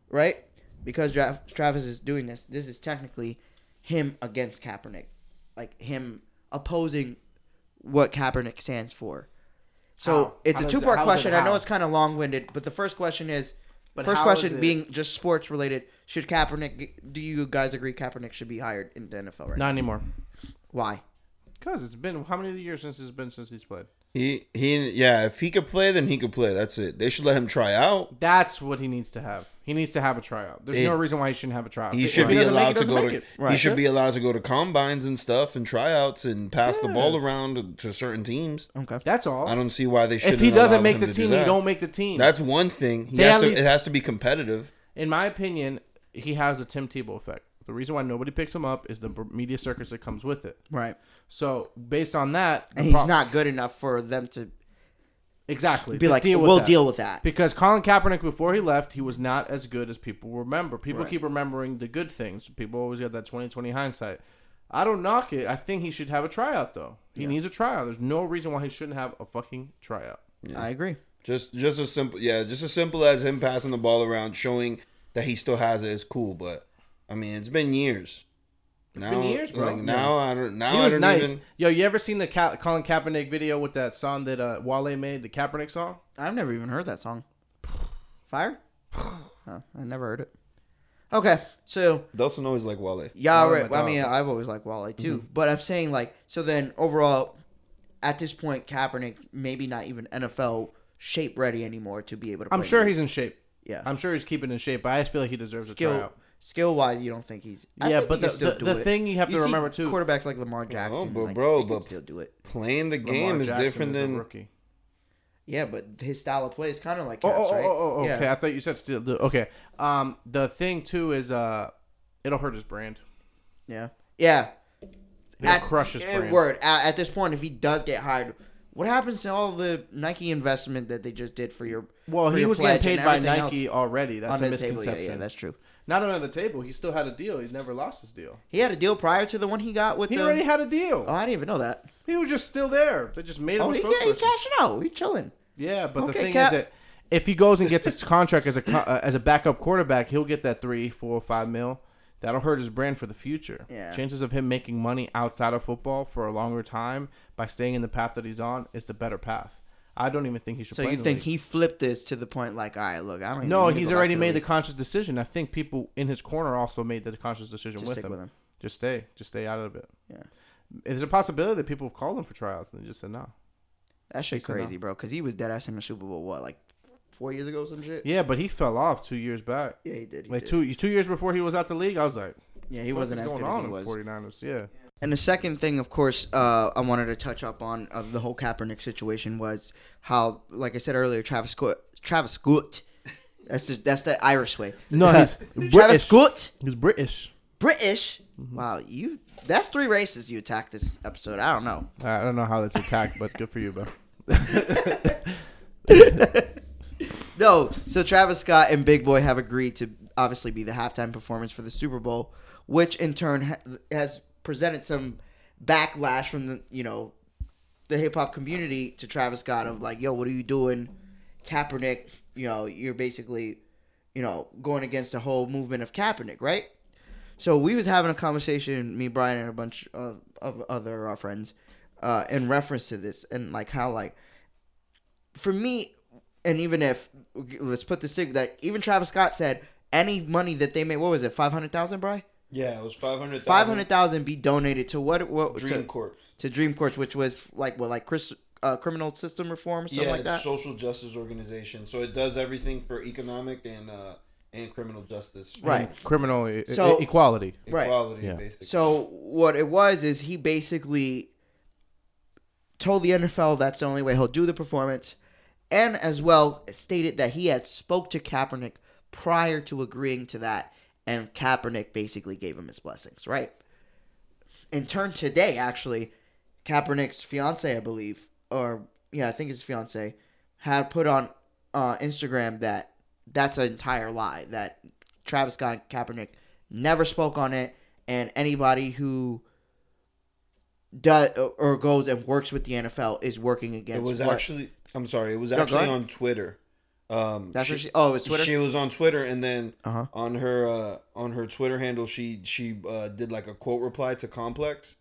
right? Because Dra- Travis is doing this, this is technically him against Kaepernick, like him opposing what Kaepernick stands for. So
How?
it's
How
a
is
two
it-
part
how is it
question. I know
how?
it's kind of long winded, but the first question is.
But
First
how is
question
it-
being just sports related. Should Kaepernick? Do you guys agree Kaepernick should be hired in the NFL right now?
Not anymore.
Why?
Cause it's been how many years since it's been since he's played?
He he yeah, if he could play, then he could play. That's it. They should let him try out.
That's what he needs to have. He needs to have a tryout. There's
It-
no reason why he shouldn't have a tryout.
He
If
should be
doesn't make it,
allowed to
doesn't
go
make
to
it.
he
Right.
should be allowed to go to combines and stuff and tryouts and pass the ball around to, to certain teams.
Okay.
That's all.
I don't see why they shouldn't.
if he doesn't
allow
make
him
the
to do
team,
that.
he don't make the team.
That's one thing. He
They
has
at
to,
least-
it has to be competitive.
in my opinion, he has a Tim Tebow effect. The reason why nobody picks him up is the b- media circus that comes with it.
Right.
So based on that, the
And he's
pro-
not good enough for them to
exactly
be
to
like,
deal with
we'll
that."
deal with that.
Because Colin Kaepernick, before he left, he was not as good as people remember. People
Right.
keep remembering the good things. People always have that 2020 hindsight. I don't knock it. I think he should have a tryout, though. He needs a tryout. There's no reason why he shouldn't have a fucking tryout.
I agree.
Just just as simple, yeah, just as simple as him passing the ball around, showing that he still has it is cool. But I mean, it's been years. now,
been years, bro.
Like, now I don't. Now
He
I
was
don't
nice.
even.
Yo, you ever seen the Ka- Colin Kaepernick video with that song that uh, Wale made, the Kaepernick song?
I've never even heard that song.
[SIGHS]
Fire? Oh, I never heard it. Okay, so
Dawson always like Wale.
yeah,
Oh
right.
my
I mean,
God. Mm-hmm.
I've always liked Wale too, but I'm saying like so. Then overall, at this point, Kaepernick maybe not even NFL shape ready anymore to be able to.
I'm
play
sure
the league.
he's in shape.
yeah.
I'm sure he's keeping in shape, but I just feel like he deserves a
skill
tryout.
skill wise, you don't think he's I
Yeah,
think
but
he can
the-
still
the-
do
the
it.
thing you have to
see
remember, too-
quarterbacks like Lamar Jackson,
Oh, but
like,
bro,
they can
but-
still do it.
Playing the
Lamar
game is
Jackson
different
is a
than
rookie.
Yeah, but his style of play is kind of like
Oh,
Cap's,
oh, oh,
right?
oh, oh,
Yeah.
okay. I thought you said still. do- Okay. Um, the thing too is uh, it'll hurt his brand.
Yeah, yeah.
It'll crush his
eh,
brand.
Word at, at this point, if he does get hired, what happens to all the Nike investment that they just did for your?
Well,
for
he
your
was getting
pledge and
paid by
everything
Nike
else
already. That's
under
a
the table?
misconception.
Yeah, yeah, that's true.
Not under the table. He still had a deal. He never lost his deal.
He had a deal prior to the one he got with
He
the.
already had a deal.
oh, I didn't even know that.
he was just still there. They just made him
Oh,
a
he, ca- he
spokesperson.
cashing out. He chilling.
Yeah, but the
Okay,
thing
Cap.
is that if he goes and gets his contract as a co- uh, as a backup quarterback, he'll get that three, four, five mil. That'll hurt his brand for the future.
Yeah.
Chances of him making money outside of football for a longer time by staying in the path that he's on is the better path. I don't even think he should.
So
play
you
in the
think
league.
he flipped this to the point like, all right, look, I don't. even
No,
need to
he's
go back
already
to
made the
league.
conscious decision. I think people in his corner also made the conscious decision
Just
with,
stick
him.
with him.
Just stay. Just stay out of it.
Yeah.
There's a possibility that people have called him for tryouts and they just said no.
That shit
He said no.
crazy, bro. Because he was dead ass in the Super Bowl. What, like four years ago, or some shit?
Yeah, but he fell off two years back.
Yeah, he did. He
Like
did.
two two years before he was out the league, I was like,
Yeah, he wasn't as good as he was.
49ers, yeah.
And the second thing, of course, uh, I wanted to touch up on uh, the whole Kaepernick situation was how, like I said earlier, Travis Scott. Travis Scott. That's just, that's the Irish way. [LAUGHS]
No, he's British.
Travis Scott.
He's British.
British. Wow, you. That's three races you attacked this episode. I don't know.
I I don't know how that's attacked, but good for you, bro.
No, so Travis Scott and Big Boy have agreed to obviously be the halftime performance for the Super Bowl, which in turn ha- has presented some backlash from the you know the hip hop community to Travis Scott of like, yo, what are you doing, Kaepernick? You know, you're basically you know going against the whole movement of Kaepernick, right? So we was having a conversation, me, Brian, and a bunch of, of other uh, friends, uh, in reference to this and like how like for me, and even if let's put this thing that even Travis Scott said any money that they made, what was it, five hundred thousand, Bry?
Yeah, it was five hundred.
Five hundred thousand be donated to what? What
Dream
to,
Corps.
to Dream Courts, which was like what, like Chris, uh, criminal system reform or something
yeah,
like
it's
that.
social justice organization. So it does everything for economic and uh and criminal justice.
[LAUGHS] Right.
Criminal e-
So-
e- equality.
Right.
Equality,
Yeah.
basically.
So what it was is he basically told the NFL that's the only way he'll do the performance, and as well stated that he had spoke to Kaepernick prior to agreeing to that, and Kaepernick basically gave him his blessings, right? In turn, today actually, Kaepernick's fiance, I believe, or yeah, I think his fiance, had put on uh, Instagram that that's an entire lie. That Travis Scott and Kaepernick never spoke on it, and anybody who does or goes and works with the NFL is working
it
against.
was
what-
actually I'm sorry, it was
go
actually
ahead.
on Twitter. Um
That's
she-
what she, oh, it's Twitter.
She was on Twitter, and then
Uh-huh.
on her uh, on her Twitter handle, she she uh, did like a quote reply to Complex,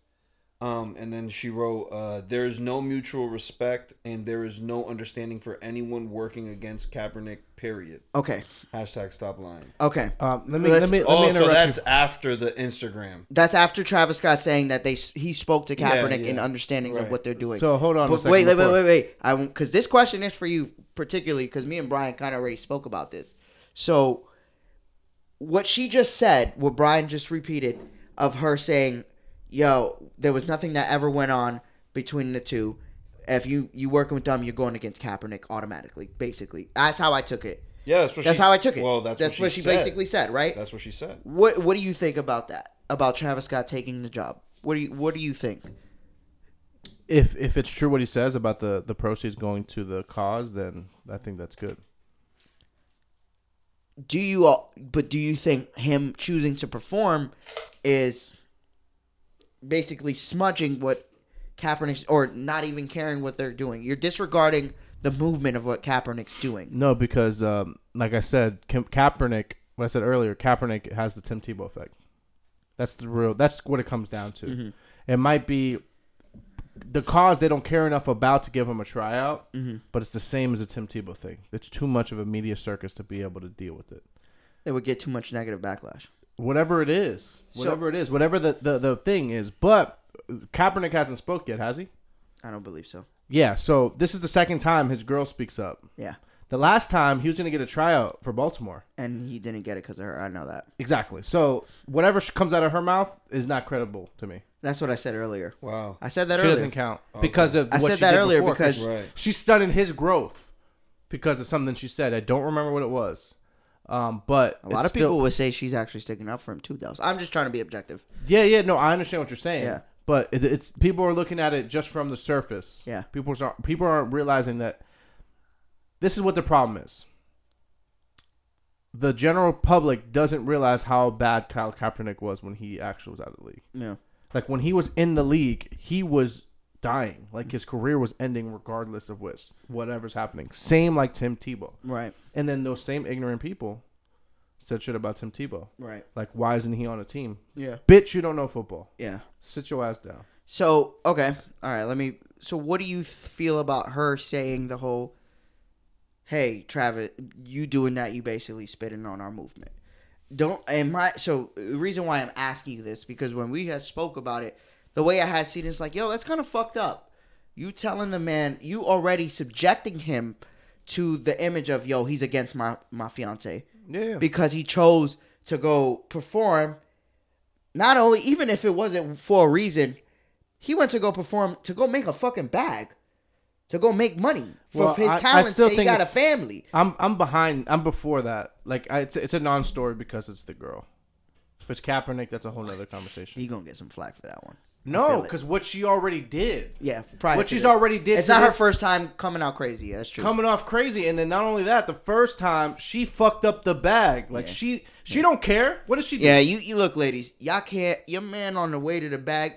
Um, and then she wrote, uh, "There is no mutual respect, and there is no understanding for anyone working against Kaepernick." Period.
Okay.
Hashtag stop lying.
Okay.
Um, let me
Let's-
let me let me
Oh,
interrupt
so that's
you.
after the Instagram.
That's after Travis Scott saying that they s- he spoke to
Yeah,
Kaepernick in
yeah.
understandings of
Right.
what they're doing.
So hold on. a
But
second
wait, wait, wait,
before-
wait, wait. I because this question is for you particularly because me and Brian kind of already spoke about this. So what she just said, what Brian just repeated, of her saying, "Yo, there was nothing that ever went on between the two. If you you working with them, you're going against Kaepernick automatically. Basically, that's how I took it.
Yeah, that's what.
That's
she,
how I took it.
Well, that's,
that's
what she, said.
basically said, right?
That's what she said.
What What do you think about that? About Travis Scott taking the job? What do you What do you think?
If if it's true what he says about the the proceeds going to the cause, then I think that's good.
Do you all? But do you think him choosing to perform is basically smudging what Kaepernick's or not even caring what they're doing? You're disregarding the movement of what Kaepernick's doing.
No, because um, like I said, Kim, Kaepernick. What I said earlier, Kaepernick has the Tim Tebow effect. That's the real. That's what it comes down to. It might be the cause they don't care enough about to give him a tryout, but it's the same as the Tim Tebow thing. It's too much of a media circus to be able to deal with it.
They would get too much negative backlash.
Whatever it is,
So-
whatever it is, whatever the, the the thing is. But Kaepernick hasn't spoke yet, has he?
I don't believe so.
Yeah. So this is the second time his girl speaks up.
Yeah,
The last time he was going to get a tryout for Baltimore.
and he didn't get it because of her. I know that.
Exactly. So whatever sh- comes out of her mouth is not credible to me.
That's what I said earlier.
Wow.
I said that
she
earlier.
doesn't count because of
I
what
said
she
that
did
earlier
before,
because-
Right.
she studied his growth because of something she said. I don't remember what it was. Um, but
A lot of people would say she's actually sticking up for him too, though. So I'm just trying to be objective.
yeah, yeah. No, I understand what you're saying.
Yeah.
But it, it's people are looking at it just from the surface.
Yeah.
People are people aren't realizing that this is what the problem is. The general public doesn't realize how bad Kyle Kaepernick was when he actually was out of the league.
Yeah.
Like when he was in the league, he was dying. Like his career was ending regardless of which whatever's happening. Same like Tim Tebow.
Right.
And then those same ignorant people said shit about Tim Tebow.
Right.
Like why isn't he on a team?
Yeah.
Bitch, you don't know football.
Yeah.
Sit your ass down.
So okay, all right. Let me. So what do you feel about her saying the whole, "Hey, Travis, you doing that? You basically spitting on our movement." Don't am I? So the reason why I'm asking you this because when we had spoke about it, the way I had seen it's like, yo, that's kind of fucked up. You telling the man, you already subjecting him to the image of yo, he's against my my fiance
Yeah.
because he chose to go perform. Not only, even if it wasn't for a reason, he went to go perform to go make a fucking bag, to go make money for
Well,
his
I- I
talents.
still
that he
think
got a
it's-
family.
I'm I'm behind. I'm before that. Like I, it's it's a non-story because it's the girl. If it's Kaepernick, that's a whole nother conversation.
He gonna get some flack for that one.
No,
it.
because what she already did.
Yeah, prior
What
to
she's
this.
already did
It's
to
not her
this-
first time coming out crazy. Yeah, that's true.
coming off crazy and then not only that the first time she fucked up the bag like she she don't care what does she do
yeah, you, you look, ladies. Y'all can't. Your man on the way to the bag.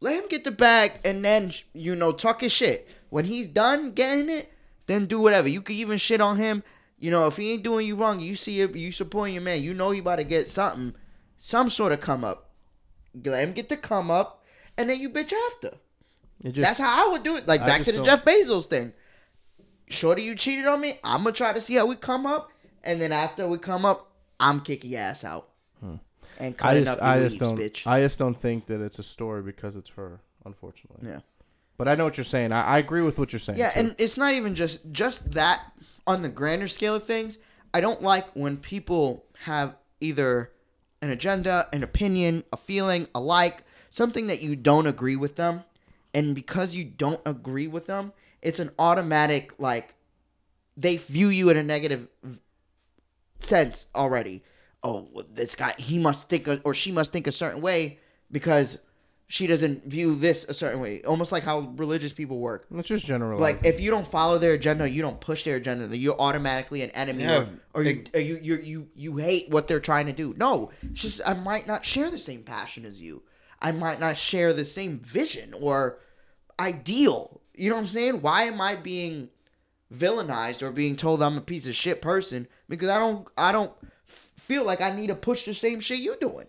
Let him get the bag and then you know talk his shit. When he's done getting it, then do whatever. You could even shit on him. You know if he ain't doing you wrong, you see it. You supporting your man. You know he about to get something, some sort of come up. Let him get the come up, and then you bitch after.
It just-
That's how I would do it. Like
I
back
just
to the
don't-
Jeff Bezos thing. Shorty, you cheated on me. I'm gonna try to see how we come up, and then after we come up, I'm kicking your ass out and
Hmm. i
cutting
just
up
i
your
just
leaves,
don't
bitch.
i just don't think that it's a story because it's her unfortunately
yeah,
but i know what you're saying i, I agree with what you're saying
yeah,
too.
and it's not even just just that on the grander scale of things. I don't like when people have either an agenda, an opinion, a feeling, a like, something that you don't agree with them, and because you don't agree with them, it's an automatic like they view you in a negative sense already. Oh, well, this guy, he must think a, or she must think a certain way because she doesn't view this a certain way. Almost like how religious people work.
it's just general
Like if you don't follow their agenda, you don't push their agenda, then you're automatically an enemy,
Yeah,
of- or, you,
it-
or you you you you hate what they're trying to do. No, it's just I might not share the same passion as you. I might not share the same vision or ideal. You know what I'm saying? Why am I being villainized or being told I'm a piece of shit person because I don't I don't f- feel like I need to push the same shit you doing.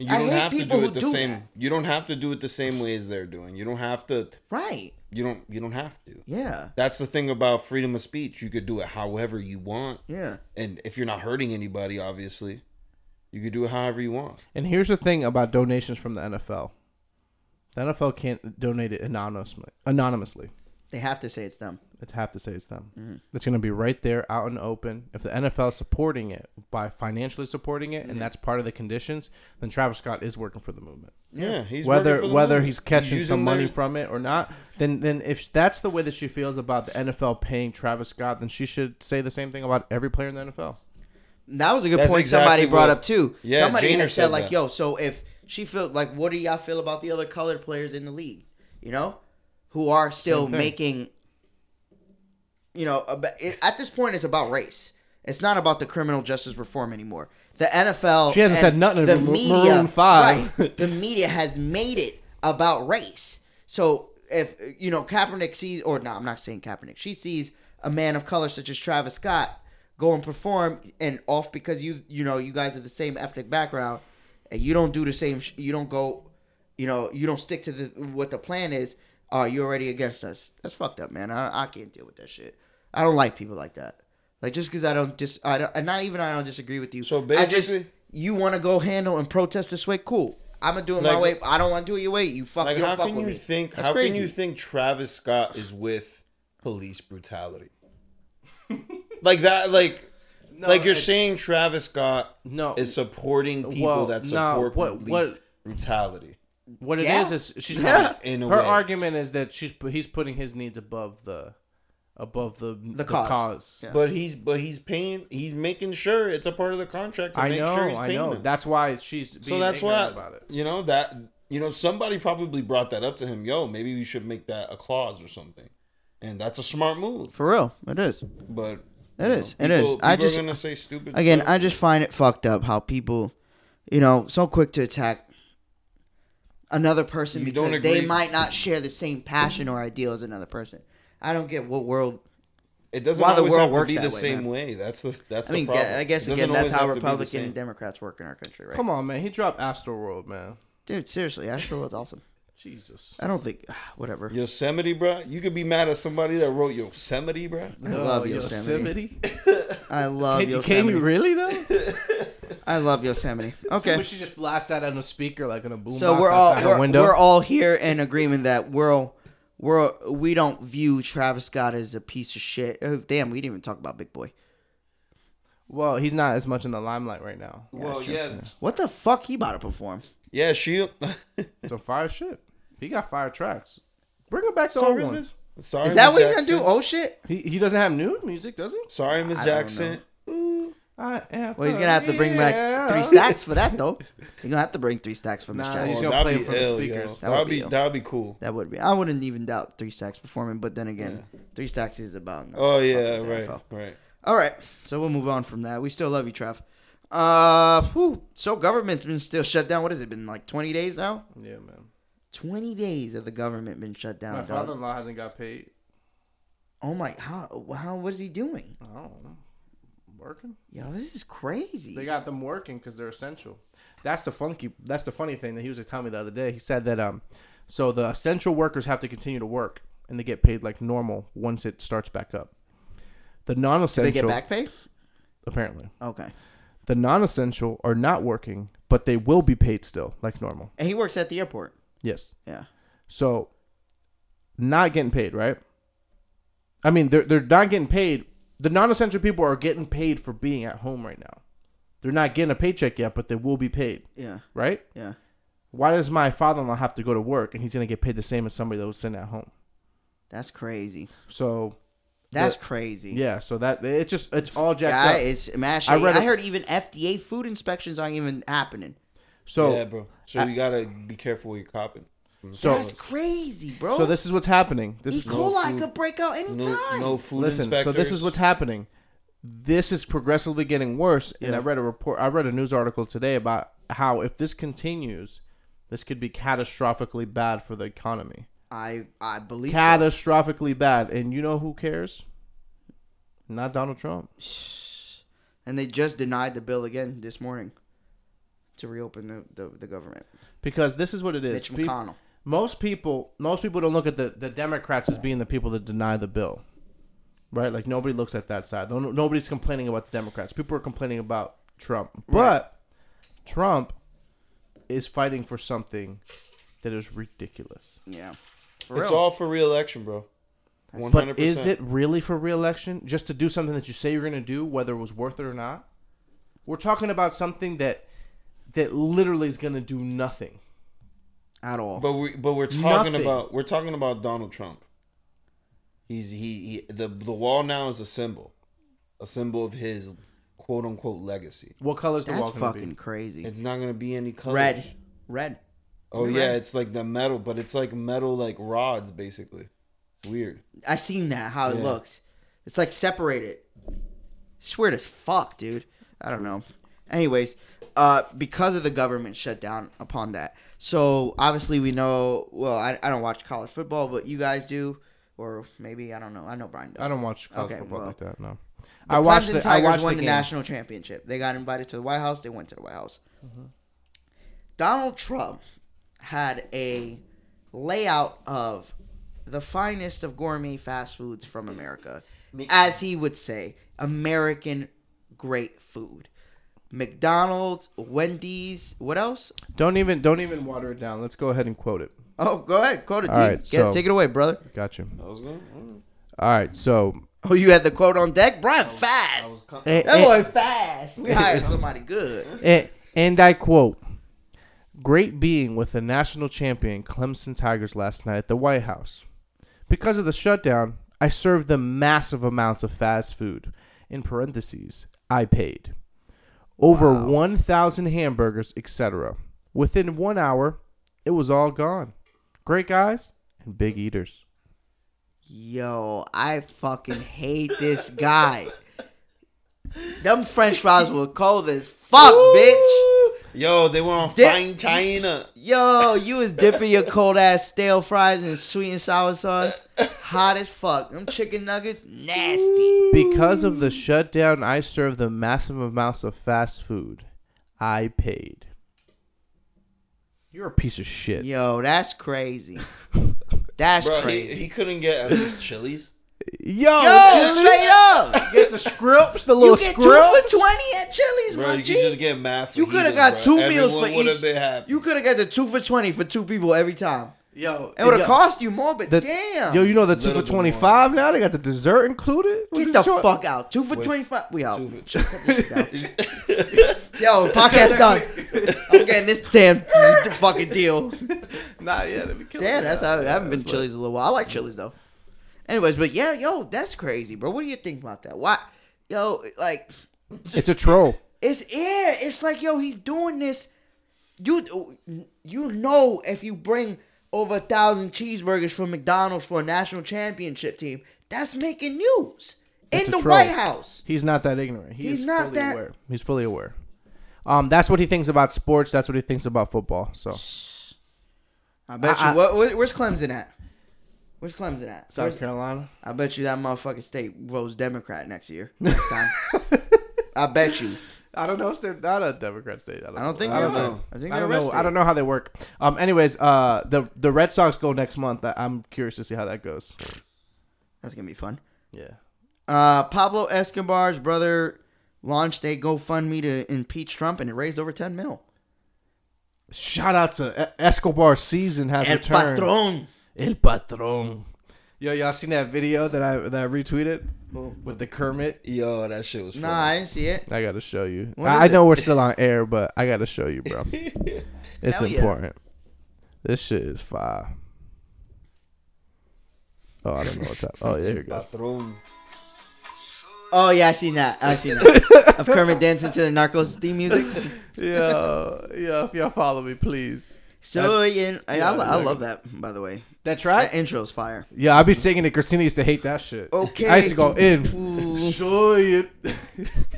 You
I
don't
hate
have to
people
do
who
it the
do
same.
that.
You don't have to do it the same way as they're doing. You don't have to.
Right.
You don't. You don't have to.
Yeah.
That's the thing about freedom of speech. You could do it however you want,
Yeah.
and if you're not hurting anybody, obviously, you could do it however you want.
And here's the thing about donations from the NFL. The NFL can't donate it anonymously. Anonymously,
They have to say it's them.
it's have to say it's them.
Mm-hmm.
It's going to be right there, out in the open. If the NFL is supporting it by financially supporting it, and that's part of the conditions, then Travis Scott is working for the movement.
Yeah, he's working
whether
for the
whether
movement.
he's catching
using
some money
their-
from it or not, then then if that's the way that she feels about the NFL paying Travis Scott, then she should say the same thing about every player in the NFL.
That was a good
That's
point somebody
exactly
brought
what-
up too.
Yeah,
somebody
Janer
had said
said
like,
that.
"Yo, so if she feel like, what do y'all feel about the other colored players in the league? You know, who are still
Same thing.
making, you know, ab- it, at this point, it's about race. It's not about the criminal justice reform anymore. The NFL.
She hasn't
and
said nothing to
The
Mar-
media,
Maroon [LAUGHS] five.
right, the media has made it about race. So if you know Kaepernick sees, or no, I'm not saying Kaepernick. She sees a man of color such as Travis Scott go and perform, and off because you you know you guys are the same ethnic background, and you don't do the same. Sh- you don't go, you know, you don't stick to the what the plan is. Uh, you're already against us. That's fucked up, man. I, I can't deal with that shit. I don't like people like that. Like just because I don't dis, I don't, and not even I don't disagree with you.
So
I just-
basically-
you want to go handle and protest this way, cool. I'm gonna do it my
Like-
way. I don't want to do it your way. You fuck.
Like,
you don't
how
fuck
can
with
you
me.
think?
That's
how
crazy.
can you think Travis Scott is with police brutality? [LAUGHS] like that, like, like you're saying Travis Scott
No.
is supporting people
Well,
that
no,
support
what-
police
what-
brutality.
What it
Yeah.
is is she's
Yeah.
In a
her
way.
argument is that she's pu- he's putting his needs above the above the the,
cause.
cause.
Yeah.
But he's but he's paying. He's making sure it's a part of the contract to
I
make
know,
sure he's
I
paying
know.
them.
That's why she's being
so that's why
about it.
you know that you know somebody probably brought that up to him. Yo, maybe we should make that a clause or something. And that's a smart move.
For real, it is.
But
It
you
is, it is.
people-
I
people are
just-
gonna say stupid
Again,
stuff.
I just find it fucked up how people, you know, so quick to attack another person
You
because
don't
they
agree-
might not share the same passion or ideal as another person. I don't get what world.
it doesn't
why the
always
world
have to
works
be
that
the
way,
same
man.
way. That's the that's
I mean,
the
ge-
problem.
I guess
It
again,
doesn't
that's
always
how
have to be the
Republican
same.
and Democrats work in our country, right?
Come on, man. He dropped Astro World, man.
Dude, seriously, Astro World's awesome.
Jesus.
I don't think [SIGHS] whatever.
Yosemite, bro. You could be mad at somebody that wrote Yosemite, bro.
I love Yosemite. I love
Can, Oh, [LAUGHS] can
Yosemite.
you really though?
I love Yosemite. [LAUGHS] Okay.
[LAUGHS] So we should just blast that on a speaker like in a boom.
So
box
we're all
outside the
we're,
window.
we're all here in agreement that we're all, we're we don't view Travis Scott as a piece of shit. Oh, damn, we didn't even talk about Big Boy.
well, he's not as much in the limelight right now.
well, yeah,
What the fuck he about to perform?
yeah. She [LAUGHS]
So fire shit. He got fire tracks. Bring him back to
sorry,
old
Miss-
ones.
sorry.
Is that
Miss
what he gonna do?
Jackson.
Oh shit!
He, he doesn't have new music, does he?
Sorry, Miss
I don't
Jackson. Ooh.
I am.
Well, he's gonna have to bring back three
yeah.
stacks for that though. He's gonna have to bring three stacks for Miss
Nah,
Jackson.
he's
Oh,
gonna play it
that'd be
from the
ill, yo.
speakers.
That would
That'd
be
be
ill.
that'd be cool.
That would be. I wouldn't even doubt three stacks performing, but then again, three stacks is about.
Oh
fucking
yeah, right,
NFL.
right.
All right, so we'll move on from that. We still love you, Trav. Uh, whew. so government's been still shut down. What has it been like twenty days now?
Yeah, man.
20 days of the government been shut
My
down, dog.
father-in-law hasn't got paid.
Oh my, how, how, what is he doing?
I don't know. Working.
Yo, this is crazy.
They got them working because they're essential. That's the funky. That's the funny thing that he was telling me the other day. He said that um, so the essential workers have to continue to work and they get paid like normal once it starts back up. The
they
non-essential
get back pay?
apparently
Okay.
the non-essential are not working, but they will be paid still like normal.
And he works at the airport.
Yes.
Yeah.
So, not getting paid, right? I mean, they're they're not getting paid. The non-essential people are getting paid for being at home right now. They're not getting a paycheck yet, but they will be paid,
Yeah.
right?
Yeah.
why does my father-in-law have to go to work and he's going to get paid the same as somebody that was sent at home
That's crazy.
so
That's crazy.
yeah so that it's just it's all jacked
Yeah,
up
it's mashed.
I
I,
read a-
heard even FDA food inspections aren't even happening.
so
yeah, bro. So you gotta be careful where you're copping.
so
That's crazy, bro.
so this is what's happening this
E.
is
coli
food.
could break out
No,
anytime.
no food
listen so
inspectors.
this is what's happening this is progressively getting worse and i read a report i read a news article today about how if this continues this could be catastrophically bad for the economy
I I believe so.
catastrophically bad and you know who cares not donald trump
And they just denied the bill again this morning. to reopen the, the, the government.
because this is what it is.
Mitch
Peop-
McConnell.
most people, most people don't look at the, the Democrats as being the people that deny the bill, right? Like nobody looks at that side. No, nobody's complaining about the Democrats. People are complaining about Trump, but Trump is fighting for something that is ridiculous.
Yeah. For
It's
real.
all for re-election, bro. One hundred
But is it
percent.
really for reelection? Just to do something that you say you're going to do, whether it was worth it or not? We're talking about something that that literally is going to do nothing.
At all.
But we but we're talking
Nothing.
about we're talking about Donald Trump. He's he, he the the wall now is a symbol, a symbol of his quote unquote legacy.
What colors the
That's
wall going to
fucking
be?
crazy.
It's not gonna be any colors.
red. Red.
Oh
Red.
yeah, it's like the metal, but it's like metal like rods basically. Weird.
I seen that how it
Yeah.
looks. It's like separated. It's weird as fuck, dude. I don't know. Anyways, uh, because of the government shutdown upon that, so obviously we know. Well, I, I don't watch college football, but you guys do, or maybe I don't know. I know Brian does.
I don't watch college
Okay,
football
well.
like that. No,
The
I watched
Clemson
the
Tigers
I watched
won the,
the, game.
national championship. They got invited to the White House. They went to the White House.
Mm-hmm.
Donald Trump had a layout of the finest of gourmet fast foods from America, as he would say, American great food. McDonald's, Wendy's, what else?
Don't even don't even water it down. Let's go ahead and quote it.
Oh, go ahead, quote it,
All
dude.
right,
Get-
so-
take it away, brother.
Got you.
I was going.
All right, so
Oh, you had the quote on deck, Brian. Fast,
and,
that boy fast. We
[LAUGHS]
hired somebody good.
and I quote: "Great being with the national champion Clemson Tigers last night at the White House. Because of the shutdown, I served them massive amounts of fast food. In parentheses, I paid over one thousand hamburgers, etc. Within one hour, it was all gone. Great guys and big eaters."
Yo, I fucking hate this guy. Them French fries were cold as fuck, bitch.
Yo, they were on
This-
fine China.
Yo, you was dipping your cold ass stale fries in sweet and sour sauce. Hot as fuck. Them chicken nuggets, nasty.
Because of the shutdown, I served the massive amounts of fast food. I paid. You're a piece of shit.
Yo, that's crazy. That's
Bro, he,
crazy.
he couldn't get at least chilies.
Yo,
Yo,
Chili's,
straight up.
get the scripts, the
You
little
get
scripts.
two for 20 at Chili's,
Bro,
my
you could
G.
just get math.
You coulda got two meals for
would
each.
have been happy.
you could have got the two for 20 for two people every time.
Yo,
It would
yo,
have cost you more, but
the-
damn.
Yo, you know the two
Little
for
bit more.
twenty five now. They got the dessert included. What you
Get the
trying-
fuck out. Two for
Wait.
25. We out.
Two for-
Shut this shit down. Yo, podcast done. I'm getting this damn [LAUGHS] fucking deal.
[LAUGHS] Nah, yeah, they be killing
Damn,
me
that's
now.
how I haven't been
it's
to Chili's in a little while. I like Chili's though. Anyways, but yeah, yo, that's crazy, bro. What do you think about that? Why, yo, like
like- It's a troll.
it's yeah, it's like yo, he's doing this. You you know if you bring over a thousand cheeseburgers from McDonald's for a national championship team, that's making news
It's
in
a
the
troll.
White House.
He's not that ignorant. He
He's
is
not
fully
that-
aware. He's fully aware. Um, that's what he thinks about sports. That's what he thinks about football. So
I bet
I-
you. What, where- where's Clemson at? Where's Clemson at? Where's-
South Carolina.
I bet you that motherfucking state votes Democrat next [LAUGHS] year. Next time. I bet you.
I don't know if they're not a Democrat state. I don't,
I don't think
I
they
don't
are.
know.
I think
I
they're
don't know. I don't know how they work. Um. Anyways, uh, the the Red Sox go next month. I, I'm curious to see how that goes.
That's gonna be fun.
Yeah.
Uh, Pablo Escobar's brother launched a GoFundMe to impeach Trump, and it raised over ten mil.
Shout out to E- Escobar's season has
El
returned.
patron.
El patron. Yo, y'all seen that video that I that I retweeted with the Kermit?
Yo, that shit was funny.
Nah, I didn't see it.
I gotta show you.
What
I, I
is
know we're still on air, but I gotta show you,
[LAUGHS]
bro. it's
Hell yeah.
important. This shit is fire. Oh, I don't know what's up. Oh, there
[LAUGHS]
it goes.
Patron.
Oh yeah, I seen that. I seen [LAUGHS] that. of Kermit dancing to the Narcos theme [LAUGHS] music.
yeah, yeah. If y'all follow me, please.
So yeah, I, I, I
yeah.
love that. By the way,
That
that
track?
intro's fire.
Yeah, I be singing it. Christina used to hate that shit.
Okay.
I used to go
[LAUGHS]
in.
Ooh.
Show it.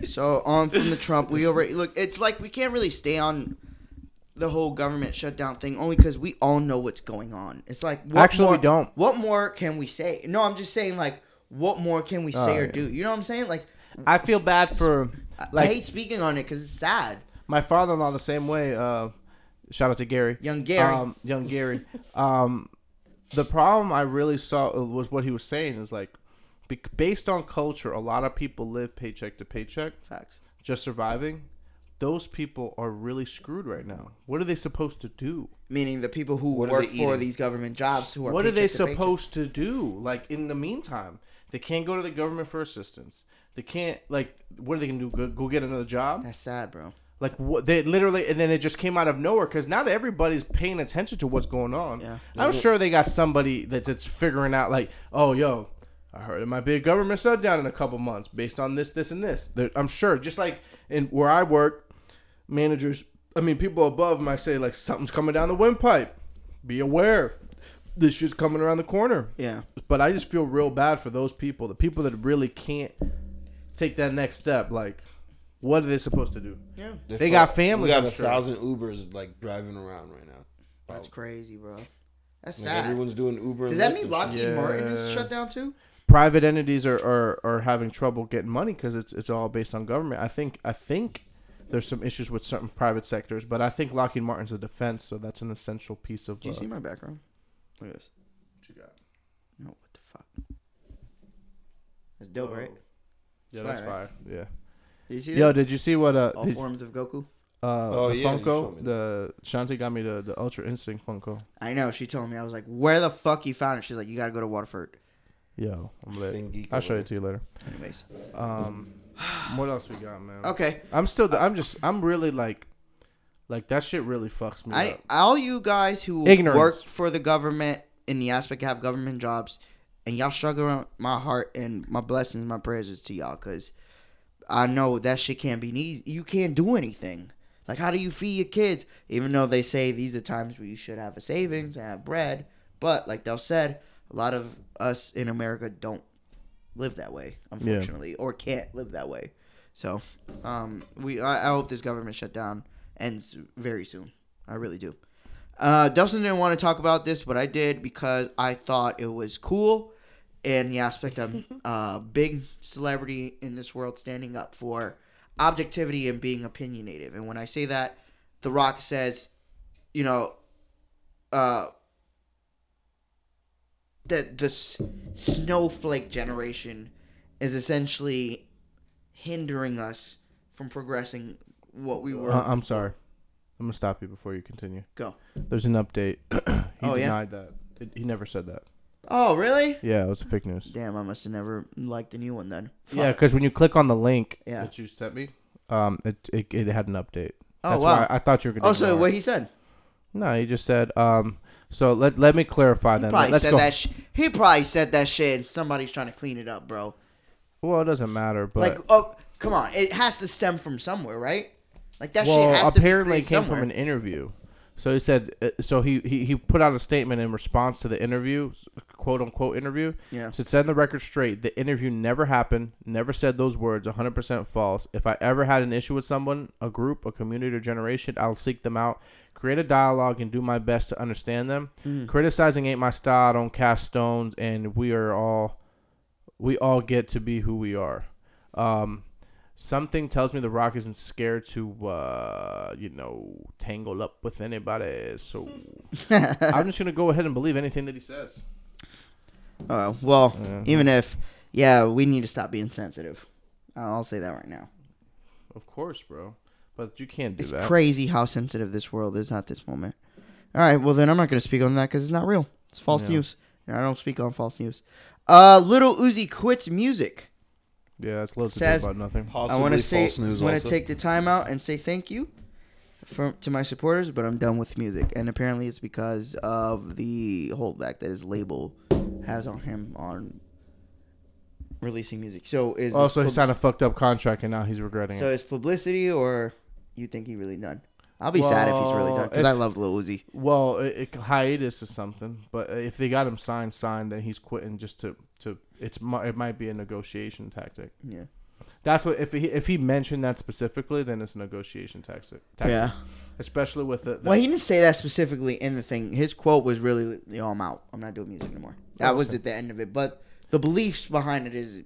So on from the Trump, we already look. It's like we can't really stay on the whole government shutdown thing only because we all know what's going on. It's like what
Actually, we
more,
don't.
What more can we say? No, I'm just saying like what more can we say
Oh,
or
yeah.
do? You know what I'm saying? Like
I feel bad for
I- I
like
hate speaking on it because it's sad.
My father-in-law the same way. Uh, shout out to Gary.
Young Gary.
Um, young Gary. um, the problem I really saw uh, was what he was saying is like, be- based on culture, a lot of people live paycheck to paycheck,
Facts.
just surviving. Those people are really screwed right now. What are they supposed to do?
Meaning the people who
What are
work
they
for
eating?
these government jobs who are
what are they
paycheck to paycheck.
supposed to do like in the meantime they can't go to the government for assistance they can't like what are they gonna do go, go get another job
That's sad, bro.
like what they literally and then it just came out of nowhere because not everybody's paying attention to what's going on
Yeah.
i'm sure they got somebody that, that's figuring out like oh yo i heard it might be a government shutdown in a couple months based on this this and this There- i'm sure just like in where i work managers i mean people above might say like something's coming down the windpipe be aware this shit's coming around the corner
Yeah.
but I just feel real bad for those people, the people that really can't take that next step. Like, what are they supposed to do?
Yeah.
They got
fuck-
families,
We got
I'm
a
sure.
thousand Ubers like driving around right now.
That's crazy, bro. That's
Like,
sad.
everyone's doing Uber.
Does
and
that
Lyft
mean
and shit.
Lockheed Martin is
Yeah.
shut down too?
Private entities are, are, are having trouble getting money because it's it's all based on government. I think I think there's some issues with certain private sectors, but I think Lockheed Martin's a defense, so that's an essential piece of.
Do
Uh,
you see my background? Look at this. No, Oh, what the fuck? That's dope, Oh, right?
Yeah, that's
Fire,
fire. Yeah.
Did you see
Yo,
that?
did you see what uh,
All
did-
forms of Goku.
uh
Oh,
the
yeah, you showed
Funko
me
the Shanti got me the the Ultra Instinct Funko.
I know. She told me. I was like, "Where the fuck you found it?" She's like, "You gotta go to Waterford."
Yo, I'm lit.
Being geek
I'll show
over
it to you later.
Anyways. [SIGHS]
Um, what else we got, man?
Okay.
I'm still. I'm just. I'm really like, like that shit really fucks me
I
up.
all you guys who
Ignorance.
work for the government in the aspect of have government jobs, and y'all struggle. around My heart and my blessings, my prayers is to y'all because I know that shit can't be easy. You can't do anything. Like, how do you feed your kids? Even though they say these are times where you should have a savings and have bread, but like Del said, a lot of us in America don't live that way, unfortunately, or can't live that way. So, um, we I, I hope this government shutdown ends very soon. I really do. Uh, Dustin didn't want to talk about this, but I did because I thought it was cool in the aspect of uh, big celebrity in this world standing up for objectivity and being opinionative. And when I say that, The Rock says, you know, uh, that this snowflake generation is essentially hindering us from progressing what we were.
I, Uh, I'm sorry. I'm gonna stop you before you continue.
Go.
There's an update. [CLEARS THROAT] he
Oh, yeah?
denied that. It- he never said that.
Oh, really?
Yeah, it was fake news. Yeah, 'cause
Damn, I must have never liked the new one then. Fuck.
Yeah, because when you click on the link
Yeah.
that you sent me, um, it it, it had an update.
Oh,
That's
wow.
why I thought you were gonna.
Oh, so
ignore it.
what he said?
No, he just said. Um, so let let me clarify
He
then.
probably
Let's
said
go.
that. Sh- he probably said that shit, and somebody's trying to clean it up, bro.
well, it doesn't matter, but
like, oh, come on, it has to stem from somewhere, right? Like that
well,
shit has
apparently
to
it
be
came
created somewhere.
from an interview. So he said, uh, so he, he he put out a statement in response to the interview, quote unquote interview.
Yeah.
So to send the record straight, the interview never happened. Never said those words. 100% false. If I ever had an issue with someone, a group, a community, or generation, I'll seek them out, create a dialogue, and do my best to understand them.
Mm.
Criticizing ain't my style. I don't cast stones, and we are all we all get to be who we are. Um, something tells me The Rock isn't scared to, uh, you know, tangle up with
[LAUGHS]
anybody. So I'm just gonna go ahead and believe anything that he says.
Oh well, even if, yeah, we need to stop being sensitive. I'll I'll say that right now.
Of course, bro. But you can't do
It's
that.
crazy how sensitive this world is at this moment. All right, well then I'm not going to speak on that because it's not real. It's false news, and I don't speak on false news. Uh, Little Uzi quits music.
yeah, that's loads of
Says-
about nothing.
Possibly
I want to say,
false news.
want to
also.
take the time out and say thank you from to my supporters, but I'm done with music. And apparently, it's because of the holdback that his label has on him on releasing music. So is this
Also, he
pub-
signed a fucked up contract, and now he's regretting
so
it.
is publicity, or you think he really done? I'll be sad if he's really done because
Well,
I
if-
love Lil Uzi.
Well, it, it, hiatus is something, but if they got him signed, signed, then he's quitting just to to. It's mi- it might be a negotiation tactic.
Yeah,
That's what if he if he mentioned that specifically, then it's a negotiation tactic. tactic.
yeah.
especially with the, the
Well, he didn't say that specifically in the thing. His quote was really, "Yo, I'm out. I'm not doing music anymore." That was at the end of it, but the beliefs behind it is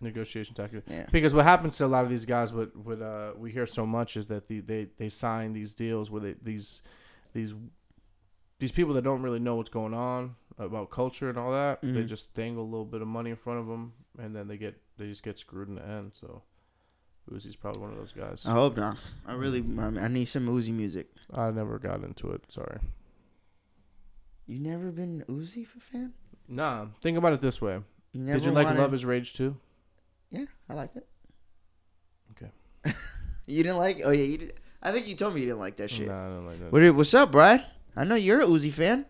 negotiation tactic.
Yeah.
Because what happens to a lot of these guys, what what uh, we hear so much is that the, they they sign these deals where they, these these these people that don't really know what's going on about culture and all that, they
Mhm.
just dangle a little bit of money in front of them, and then they get they just get screwed in the end. So Uzi's probably one of those guys.
I hope not. I really, I I need some Uzi music.
I never got into it. Sorry.
You never been an Uzi fan?
Nah, think about it this way.
You never
Did you like
wanted-
Love Is Rage too?
Yeah, I liked it.
Okay.
[LAUGHS] you didn't like? Oh yeah, you did. I think you told me you didn't like that shit.
Nah, I don't like that.
What, did- what's up, Brad? I know you're an Uzi fan.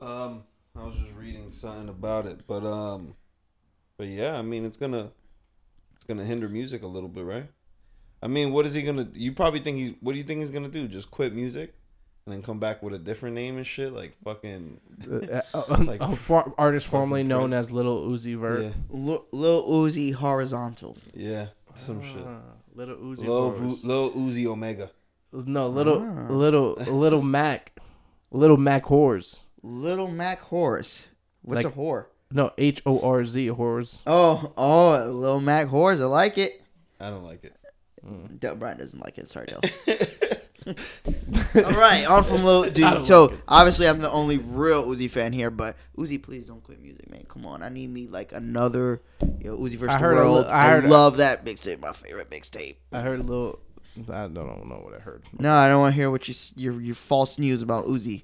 Um, I was just reading something about it, but um, but yeah, I mean, it's gonna, it's gonna hinder music a little bit, right? I mean, what is he gonna? You probably think he's. What do you think he's gonna do? Just quit music, and then come back with a different name and shit, like fucking.
Uh,
[LAUGHS]
uh,
Like,
a for- artist
fucking
formerly known
Prince.
as Little Uzi Vert.
Yeah,
L- Lil Uzi horizontal.
yeah, some shit.
Uh,
Ah, Little Uzi
Lil,
Vert.
Vu- Lil Uzi Omega.
No, little
Ah.
little little Mac, little Mac whores.
Little Mac horse. What's
Like-
a whore?
No, H O R Z whores.
Oh, oh, Lil Mac horse. I like it.
I don't like it.
Del Brian doesn't like it.
[LAUGHS]
Sorry, Del. All right, on from Lil Dude. So obviously, I'm the only real Uzi fan here, but Uzi, please don't quit music, man. Come on, I need me like another you know, Uzi versus
I heard
the
a li-
world.
I
I,
heard a-
love that mixtape. My favorite mixtape.
I heard little. I don't know what I heard.
No, I don't want to hear what you s- your your false news about Uzi.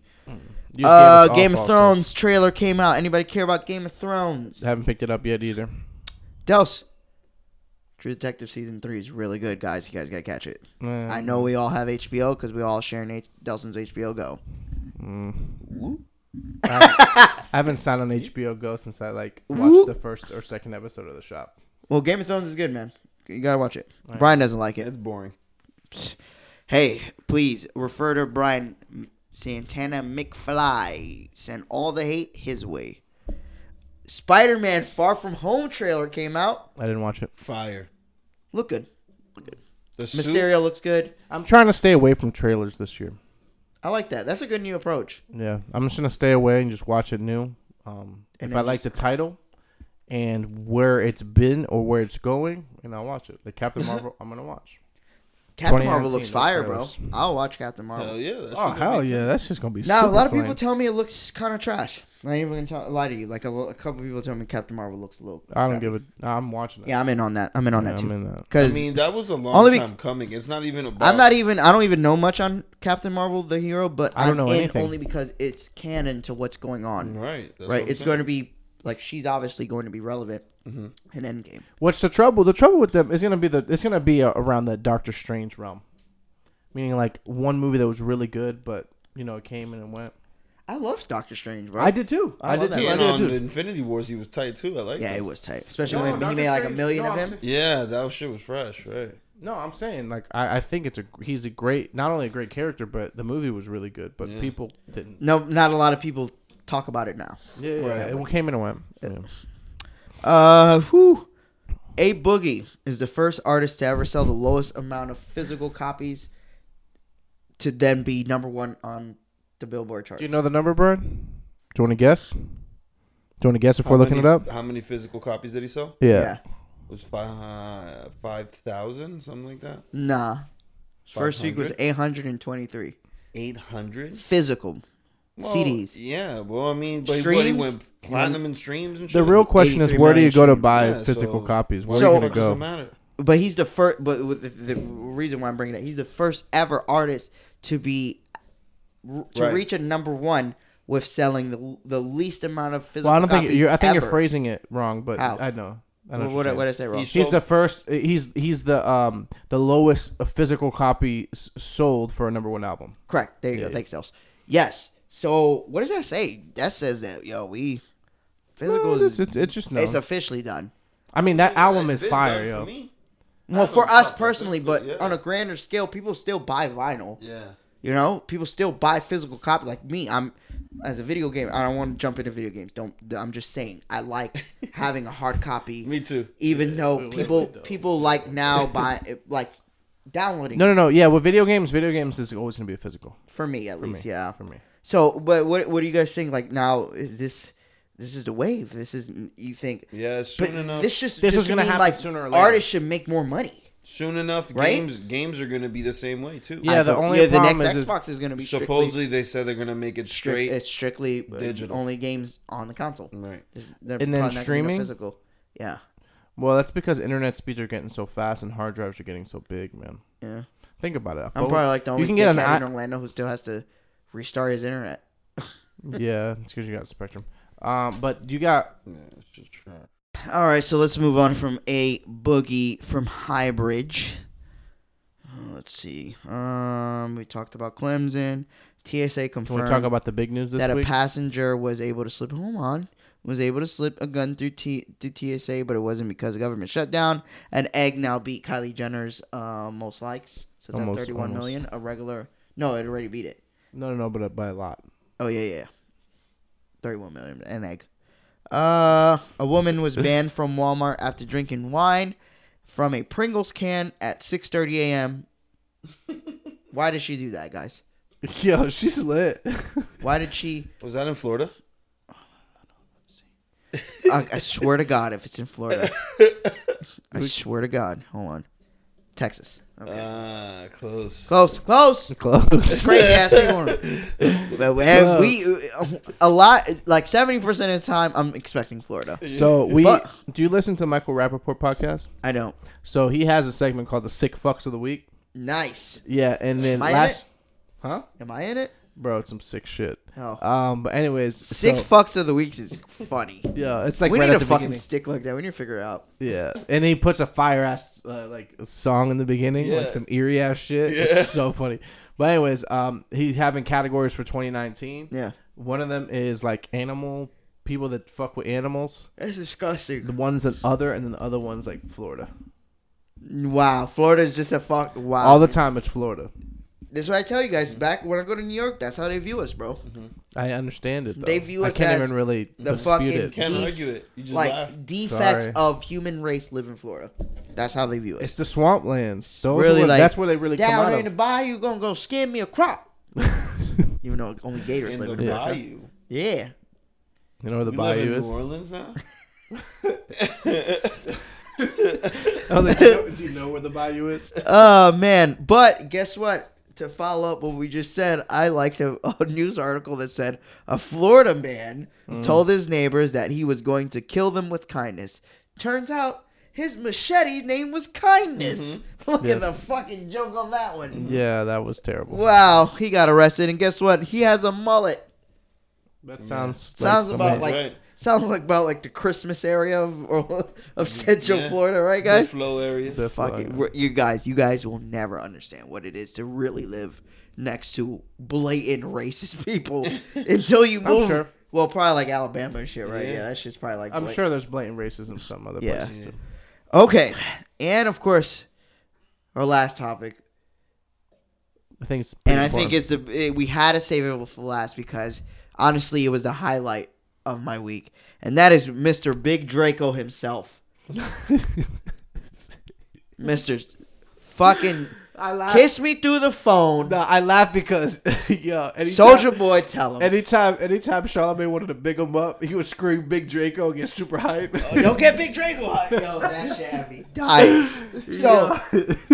You
Uh,
gave us all
Game of
false
Thrones
news.
trailer came out. Anybody care about Game of Thrones?
Haven't picked it up yet either.
Dels. True Detective season three is really good, guys. You guys gotta catch it.
Mm,
I know we all have HBO because we all sharing H- Delson's HBO Go.
mm.
Woo.
I haven't signed on HBO Go since I like
Whoop.
watched the first or second episode of The Shop.
Well, Game of Thrones is good, man. You gotta watch it.
All right.
Brian doesn't like it.
It's boring.
Psst. Hey, please refer to Brian Santana McFly. Send all the hate his way. Spider-Man: Far From Home trailer came out.
I didn't watch it.
Fire.
Look good.
The suit.
Mysterio looks good.
I'm trying to stay away from trailers this year.
I like that. That's a good new approach.
Yeah, I'm just gonna stay away and just watch it new. Um,
And
if I
then
like
just-
the title and where it's been or where it's going, and I'll watch it. The [LAUGHS] Captain Marvel, I'm gonna watch.
Captain Marvel
2019
looks fire, bro.
looks
I'll watch Captain Marvel.
Hell yeah. that shit
Oh
gonna be
hell
tight.
yeah, that's just gonna be.
Now a
super
lot of
flame.
people tell me it looks kind of trash. Not even gonna tell, lie to you. Like a, lo- a couple people tell me Captain Marvel looks a little.
I don't
crappy.
give a. nah, I'm watching it.
Yeah, I'm in on that. I'm in on
Uh, Yeah,
that
I'm
too.
in uh, that.
I
Because
mean, that was a long
Only be-
time coming. It's not even about.
I'm not even. I don't even know much on Captain Marvel the hero, but
I don't
I'm
know
in
anything.
only because it's canon to what's going on.
Right. that's what
right?
I'm
It's
saying.
going to be like she's obviously going to be relevant
Mhm.
Mm-hmm.
in Endgame.
What's the trouble? The trouble with them is gonna be the. It's gonna be uh around the Doctor Strange realm, meaning like one movie that was really good, but you know it came and it went.
I loved Doctor Strange, bro.
I did too.
I
I,
love
did
that
too.
movie.
I
And
did
on
too.
the Infinity Wars, he was tight too. I like.
Yeah,
that.
it was tight, especially
No,
when he
Doctor
made like a
Strange-
million
no,
of
I'm
him.
saying-
Yeah, that shit was fresh, right?
No, I'm saying like I, I think it's a he's a great not only a great character but the movie was really good but
Yeah.
people didn't
No, not a lot of people talk about it now.
yeah, yeah,
Right.
it came and it went yeah.
Uh, whew. A Boogie is the first artist to ever sell the lowest amount of physical copies to then be number one on the Billboard charts.
do you know the number Brian do you want to guess do you want to guess before
How
looking
many-
it up
How many physical copies did he sell?
yeah,
yeah.
It was five five thousand, something like that.
Nah. First week was 823
Eight hundred
physical CDs.
Yeah, well, I mean, but he- but he
Streams?
went platinum and streams and shit.
the real question is
83
where do you
million
go to
streams.
buy
Yeah,
physical
so-
copies where
So-
are you
Fuck
gonna
does it
go
matter?
But he's the first. But with the, the reason why I'm bringing it, he's the first ever artist to be to
Right.
reach a number one with selling the the least amount of physical.
well I don't think
copies
you're I think you're
ever.
phrasing it wrong but
How?
I know I know
Well,
what
what,
you're
did- what did
saying.
I say wrong?
He's-
He's
So-
the first. He's he's the um the lowest physical copy s- sold for a number one album.
Correct. There you go.
Yeah.
Thanks, Dels. Yes. So what does that say? That says that yo we physical
No,
is
it's, it's, it's just no.
it's officially done.
I mean that album
It's
is
been
fire,
done
yo.
for me.
Well,
I
for
don't
us
fuck with
personally,
physical,
but
yeah.
on a grander scale, people still buy vinyl.
Yeah,
You know, people still buy physical copy. Like me, I'm as a video game. I don't want to jump into video games. Don't. I'm just saying. I
[LAUGHS]
like having a hard copy.
me too.
even
we-
though
we
people
don't.
people like now buy like downloading
No, no, no. Yeah, with video games, video games is always gonna be a physical
for me at least.
me.
Yeah.
for me.
So, but what what do you guys think? Like now, is this this is the wave. This is you think,
Yeah, soon
but
enough.
this just
This
this
was
is
gonna
gonna happen
happen
like,
sooner or later.
Artists should make more money.
soon enough,
Right?
games games are gonna be the same way too.
Yeah, the
But,
only
yeah, the
problem
next
is- is
Xbox is gonna be
Supposedly they said they're gonna make it
strictly
straight.
it's strictly uh,
digital. Mm.
only games on the console.
right.
There's- they're
And then
probably not gonna go
streaming?
physical. Yeah,
Well, that's because internet speeds are getting so fast and hard drives are getting so big, man.
yeah.
Think about it.
I'm probably like the only
you can get an
dickhead in
I-
Orlando who still has to restart his internet.
yeah. It's because you got Spectrum. Um, but you got
Yeah, it's just trash.
All right, so let's move on from a boogie from Highbridge. Uh, Let's see. Um, we talked about Clemson. TSA
can we
confirmed
talk about the big news this
that a
week?
passenger was able to slip. Hold on, was able to slip a gun through, T- through TSA, but it wasn't because of government shutdown. An egg now beat Kylie Jenner's uh, most likes, so it's
Almost,
at 31
almost.
million. A regular, no, it already beat it.
no, no, no, but uh, by
[LAUGHS]
a lot.
Oh yeah, yeah. Thirty-one million an egg. Uh, a woman was banned from Walmart after drinking wine from a Pringles can at 6:30 a.m. Why did she do that, guys?
Yo, she's lit.
Why did she?
Was that in Florida?
I, I swear to God, if it's in Florida, I swear to God. Hold on, Texas. Okay,
Ah, close.
close, close. It's
[LAUGHS] Close.
crazy ass people. But we, we a lot like seventy percent of the time, I'm expecting Florida. [LAUGHS]
so we
But-
do you listen to Michael Rappaport podcast?
I don't.
So he has a segment called the Sick Fucks of the Week.
Nice.
Yeah, and then
Am I in
last,
it?
huh?
Am I in it?
Bro, it's some sick shit.
Oh.
Um, but anyways,
Six
so-
fucks of the weeks is funny.
yeah, it's like
we
right
need
at
a
the
fucking
beginning.
stick like that. We need to figure it out.
Yeah, and he puts a fire ass uh, like song in the beginning,
Yeah.
like some eerie ass shit. It's so funny. But anyways, um, he's having categories for 2019.
Yeah,
One of them is like animal people that fuck with animals.
that's
The
disgusting.
one's an other, and then the other one's like Florida.
Wow, Florida's just a fuck. Wow,
All the time, it's Florida.
That's what I tell you guys. Back when I go to New York, that's how they view us, bro.
I understand it. Though.
They view
I
us
can't
as
even really
the
dispute
fucking
it.
Can't
Deep.
argue it. You just
Mm-hmm. Like
laugh.
defects
Sorry.
of human race live in Florida. That's how they view us.
It's the swamplands. Those
really
really,
like,
that's where they really come
Down
out
in
[LAUGHS]
the
of.
bayou, gonna go skin me a crop. Even though only gators
In
live
the
in America.
bayou.
Yeah,
You know where the
We live
bayou
in
is?
New
[LAUGHS]
Orleans now.
[LAUGHS] I was like, do, you know, do you know where the bayou
[LAUGHS]
is?
Oh man! But guess what? To follow up what we just said, I liked a, a news article that said a Florida man
Mm.
told his neighbors that he was going to kill them with kindness. Turns out his machete name was Kindness. [LAUGHS]
Mm-hmm.
Look
Yeah.
at the fucking joke on that one.
Yeah, that was terrible.
Wow, he got arrested, and guess what? He has a mullet.
That sounds
Sounds
like
about
somebody-
like
right.
sounds like about like the Christmas area of [LAUGHS] or, of Central
Yeah.
Florida, right,
The
guys?
flow area.
The
Fuck it.
fuck.
We're- You guys, you guys will never understand what it is to really live next to blatant racist [LAUGHS]
[LAUGHS]
people until you
I'm
move.
sure.
Well, probably like Alabama and shit, right? Yeah,
Yeah.
that shit's probably like.
I'm
blat-
sure there's blatant racism some other
Yeah.
places. Too.
Okay, and of course, our last topic,
I think it's
and I think it's the it, we had to save it for last because honestly, it was the highlight of my week, and that is Mr. Big Draco himself,
[LAUGHS] it's.
Mr.
[LAUGHS]
Fucking
I laugh.
kiss me through the phone,
No, I laugh because [LAUGHS] yo, anytime,
Soldier Boy. Tell him.
Anytime, anytime Charlamagne wanted to big him up, he would scream "Big Draco" and get super hype.
Don't get Big Draco hot. Yo, that shit had me dying.
[LAUGHS]
So,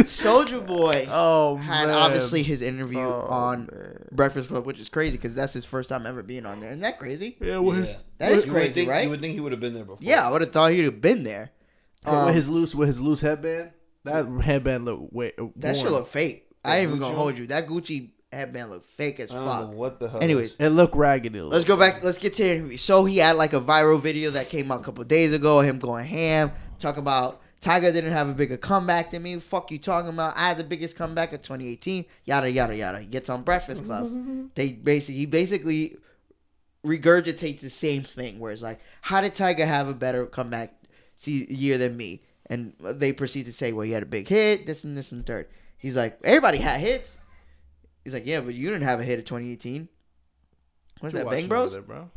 Soldier Boy
oh
had
man.
obviously his interview
Oh,
on
man.
Breakfast Club, which is crazy because that's his first time ever being on there. Isn't that crazy?
yeah, with his,
Yeah.
That is
You would
crazy,
think-
right?
You would think he would have been there before.
Yeah, I would have thought he'd have been there. Um,
with his loose with his loose headband. That headband look way
that shit
worn.
look fake. I ain't even gonna
Gucci
hold you. That Gucci headband look fake as
I don't know
fuck.
what the hell. [LAUGHS]
Anyways,
It looked ragged. It
Let's
looked-
go back. Let's get to the interview. So he had like a viral video that came out a couple days ago. Him going ham, talk about Tiger didn't have a bigger comeback than me. Fuck you talking about? I had the biggest comeback of 2018. Yada yada yada. He gets on Breakfast Club. they basically he basically regurgitates the same thing where it's like, how did Tiger have a better comeback se- year than me? And they proceed to say, well, he had a big hit, this and this and third. He's like, everybody had hits. He's like, yeah, but you didn't have a hit in 2018. What's
You
that,
watching
Bang Bros?
over there, bro.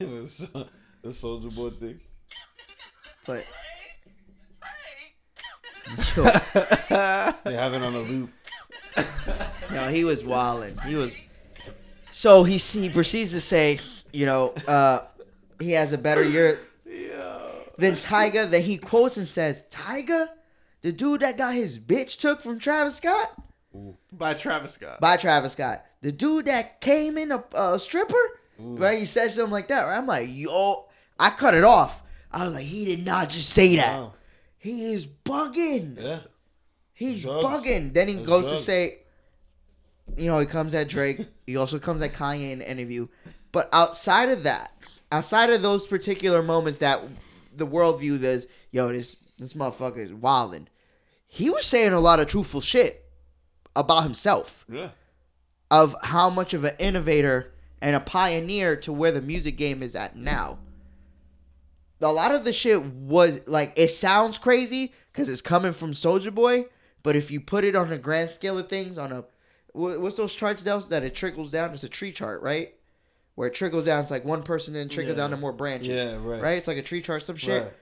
Anyways, the soldier boy thing.
But
They have it on a loop.
no, he was wilding. He was. So he he proceeds to say, you know, uh, he has a better year
Yeah.
than Tyga. Then he quotes and says, "Tyga, the dude that got his bitch took from Travis Scott."
By Travis Scott.
by Travis Scott. The dude that came in a, a stripper, right? He said something like that. Right? I'm like, yo, I cut it off. I was like, he did not just say that.
Wow.
He is bugging.
Yeah.
He's
Drugs.
bugging. Then he
It's
goes to
drugs.
say, you know, he comes at Drake.
[LAUGHS]
he also comes at Kanye in the interview. But outside of that, outside of those particular moments that the world viewed as, yo, this this motherfucker is wildin', he was saying a lot of truthful shit about himself
Yeah.
of how much of an innovator and a pioneer to where the music game is at now. A lot of the shit was like it sounds crazy because it's coming from Soldier Boy, but if you put it on a grand scale of things, on a wha- what's those charts Dels that it trickles down? It's a tree chart, right? Where it trickles down, it's like one person then trickles down to more branches,
Yeah, right.
Right? It's like a tree chart, some shit
Right.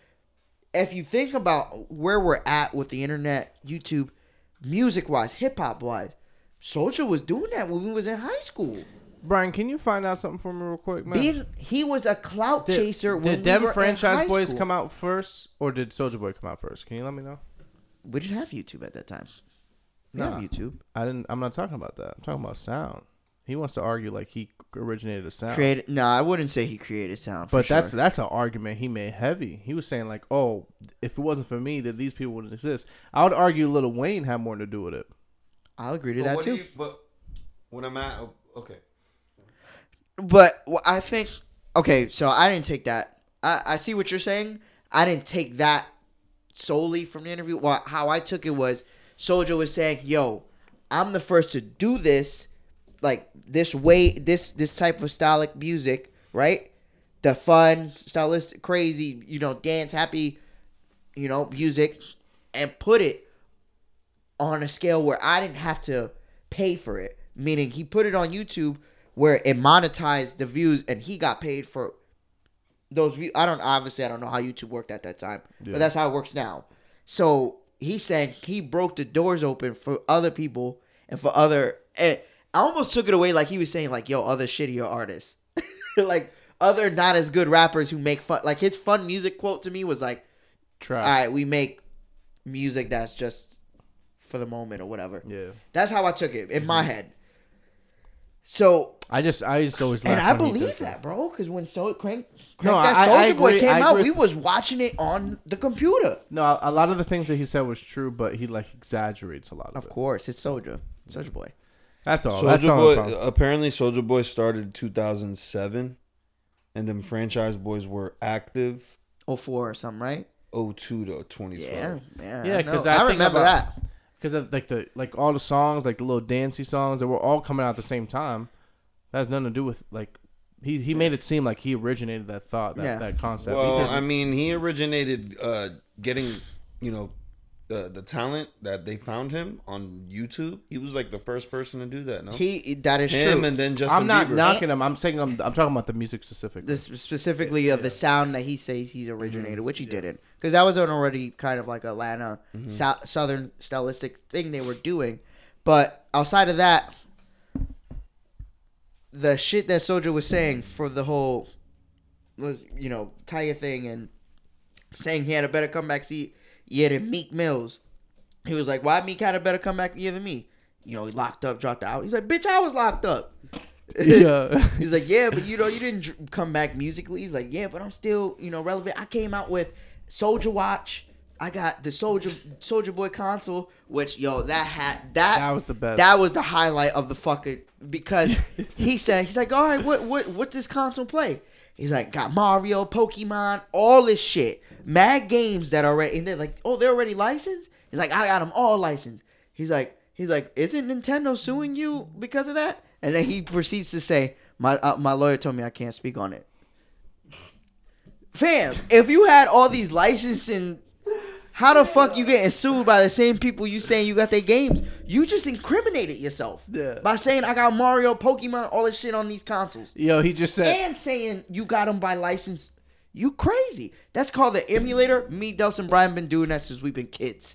if you think about where we're at with the internet, YouTube, music wise, hip hop wise, Soldier was doing that when we was in high school.
Brian, can you find out something for me real quick, man?
Being he was a clout
did,
chaser when
Did
we
them
were in high
franchise boys
school.
come out first, or did Soldier Boy come out first? Can you let me know?
We didn't have YouTube at that time. We
Nah.
have YouTube.
I didn't. I'm not talking about that. I'm talking about sound. He wants to argue like he originated a sound.
Oh.
Created no, I wouldn't say he created sound. For
But that's
sure.
that's an argument he made heavy. He was saying like, oh, if it wasn't for me, that these people wouldn't exist. I would argue Little Wayne had more to do with it.
I'll agree to
But
that
what do
too.
you- but when I'm at oh, okay,
But wh- I think okay, so I didn't take that. I, I see what you're saying. I didn't take that solely from the interview. Well, how I took it was Soldier was saying, "Yo, I'm the first to do this, like this way, this this type of stylic music, right? The fun, stylistic, crazy, you know, dance, happy, you know, music, and put it on a scale where I didn't have to pay for it. Meaning he put it on YouTube where it monetized the views and he got paid for those views. I don't obviously I don't know how YouTube worked at that time,
Yeah.
but that's how it works now. So he said he broke the doors open for other people and for other. And I almost took it away like he was saying like yo other shittier artists, [LAUGHS] like other not as good rappers who make fun. Like his fun music quote to me was like
Trap.
all right, we make music that's just for the moment or whatever.
Yeah. Mm-hmm.
That's how I took it in my head. So,
I just I just always laugh
and I
when he does
believe that, bro, because when so crank,
No,
crank that
I- I
Soldier Boy
agree-
came
I
out,
agree
we was watching it on the computer.
No, a- a lot of the things that he said was true, but he like exaggerates a lot of,
Of
it.
course, it's Soldier, Soldier Boy.
That's all. Oh, That's
Soldier
all.
Boy. uh,
the problem.
Apparently, Soldier Boy started 2007, and then Franchise Boys were active
04 or something, right?
02 to 2012.
Yeah, yeah,
Yeah,
I know.
'cause I
I,
think
remember
about-
that.
because like the like all the songs, like the little dancey songs, that were all coming out at the same time. That has nothing to do with like he he made it seem like he originated that thought that,
Yeah.
that concept. He
Well,
didn't.
I mean, he originated uh, getting, you know, the the talent that they found him on YouTube. He was like the first person to do that. No,
He that is
him
true.
and then Justin.
I'm not
Bieber.
knocking him. I'm saying I'm, I'm talking about the music specifically. [LAUGHS]
This specifically of the sound that he says he's originated, which he didn't, because that was an already kind of like Atlanta sou- Southern stylistic thing they were doing. But outside of that, the shit that Soldier was saying for the whole was you know Taya thing and saying he had a better comeback seat year than Meek Mills. He was like, "Why Meek had a better comeback year than me?" You know, he locked up, dropped out. He's like, "Bitch, I was locked up." [LAUGHS]
yeah,
He's like, yeah, but you know, you didn't dr- come back musically. He's like, yeah, but I'm still, you know, relevant. I came out with Soldier Watch. I got the Soldier Soldier Boy console, which yo, that had that
That was the best.
That was the highlight of the fucking because
[LAUGHS]
he said he's like, all right, what what what does console play? He's like, got Mario, Pokemon, all this shit, mad games that already, and they're like, oh, they're already licensed. He's like, I got them all licensed. He's like, he's like, isn't Nintendo suing you because of that? And then he proceeds to say, my uh, my lawyer told me I can't speak on it. Fam, if you had all these licensing, how the fuck you getting sued by the same people you saying you got their games? You just incriminated yourself
Yeah.
by saying I got Mario, Pokemon, all this shit on these consoles,
yo, he just said
and saying you got them by license. You crazy? That's called the emulator. Me, Dels, and Brian been doing that since we've been kids.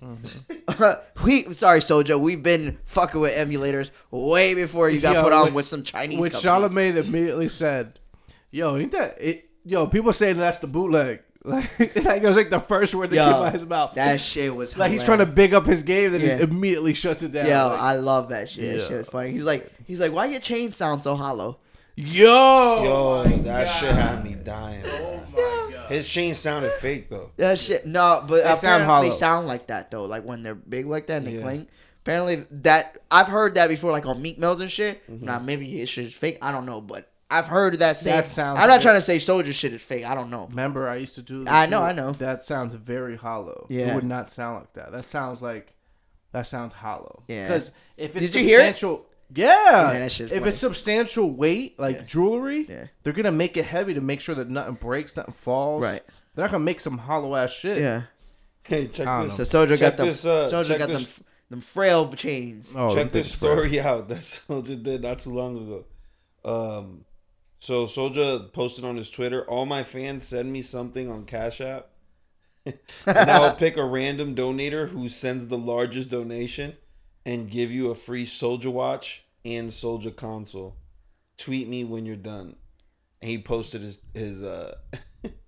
[LAUGHS]
Mm-hmm.
we sorry, Soja, we've been fucking with emulators way before you got
Yo,
put on
which-
with some Chinese.
which
company.
Charlamagne immediately said, "Yo, ain't that it? yo, people saying that's the bootleg. [LAUGHS] Like, like it was like the first word that
Yo,
came out of his mouth.
That shit was
like he's trying to big up his game, then
Yeah.
he immediately shuts it down.
Yo,
Like,
I love that shit. That
Yeah.
shit was funny. He's like, he's like, why your chain sound so hollow?
yo,
Yo,
oh my
that
God.
shit had me dying. bro.
Oh my God.
His chain sounded fake though. [LAUGHS]
That shit. No, but apparently
sound
they
hollow.
sound like that though. Like when they're big like that and they
Yeah.
cling. Apparently that I've heard that before, like on Meek Mills and shit. Now maybe his shit is fake. I don't know, but I've heard that same.
Mm-hmm. That sounds
I'm not
good.
trying to say soldier shit is fake. I don't know.
Remember, I used to do.
I know,
too.
I know.
That sounds very hollow.
Yeah.
it would not sound like that. That sounds like that sounds hollow.
Yeah.
because if it's
Did you hear it?
substantial, yeah,
Yeah, that shit's
if
funny.
it's substantial weight like jewelry,
Yeah.
they're gonna make it heavy to make sure that nothing breaks, nothing falls.
Right.
they're not gonna make some hollow ass shit.
Yeah.
Hey, check
I don't
this.
So soldier
Check
got them.
this, uh,
soldier
check
got them.
this-
Them frail chains. [LAUGHS]
Oh,
check
things
this
are
story [LAUGHS] out that Soldier did not too long ago. Um, so Soldier posted on his Twitter, "All my fans send me something on Cash App, [LAUGHS] and
[LAUGHS]
I'll pick a random donator who sends the largest donation, and give you a free Soldier watch and Soldier console. Tweet me when you're done." And he posted his his uh, [LAUGHS]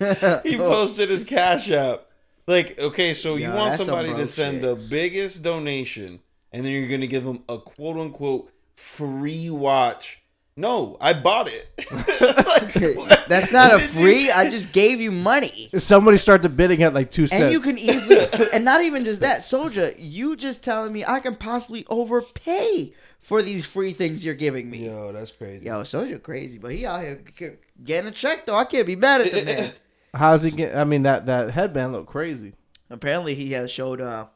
[LAUGHS]
he posted his Cash App. Like, okay, so you
Oh. Yo,
want
that's some
somebody
bro
to send
shit.
the biggest donation and then you're gonna give them a quote unquote free watch. No, I bought it. [LAUGHS] Like, what?
That's not a
Did you-
free. I just gave you money.
If somebody started bidding at like two cents,
And you can easily,
[LAUGHS]
and not even just that, soldier. You just telling me I can possibly overpay for these free things you're giving me.
Yo, that's crazy.
Yo, Soldier crazy, but he out here c- getting a check though. I can't be mad at the
[LAUGHS]
man.
How's he get? I mean, that that headband looked crazy.
Apparently, he has showed uh,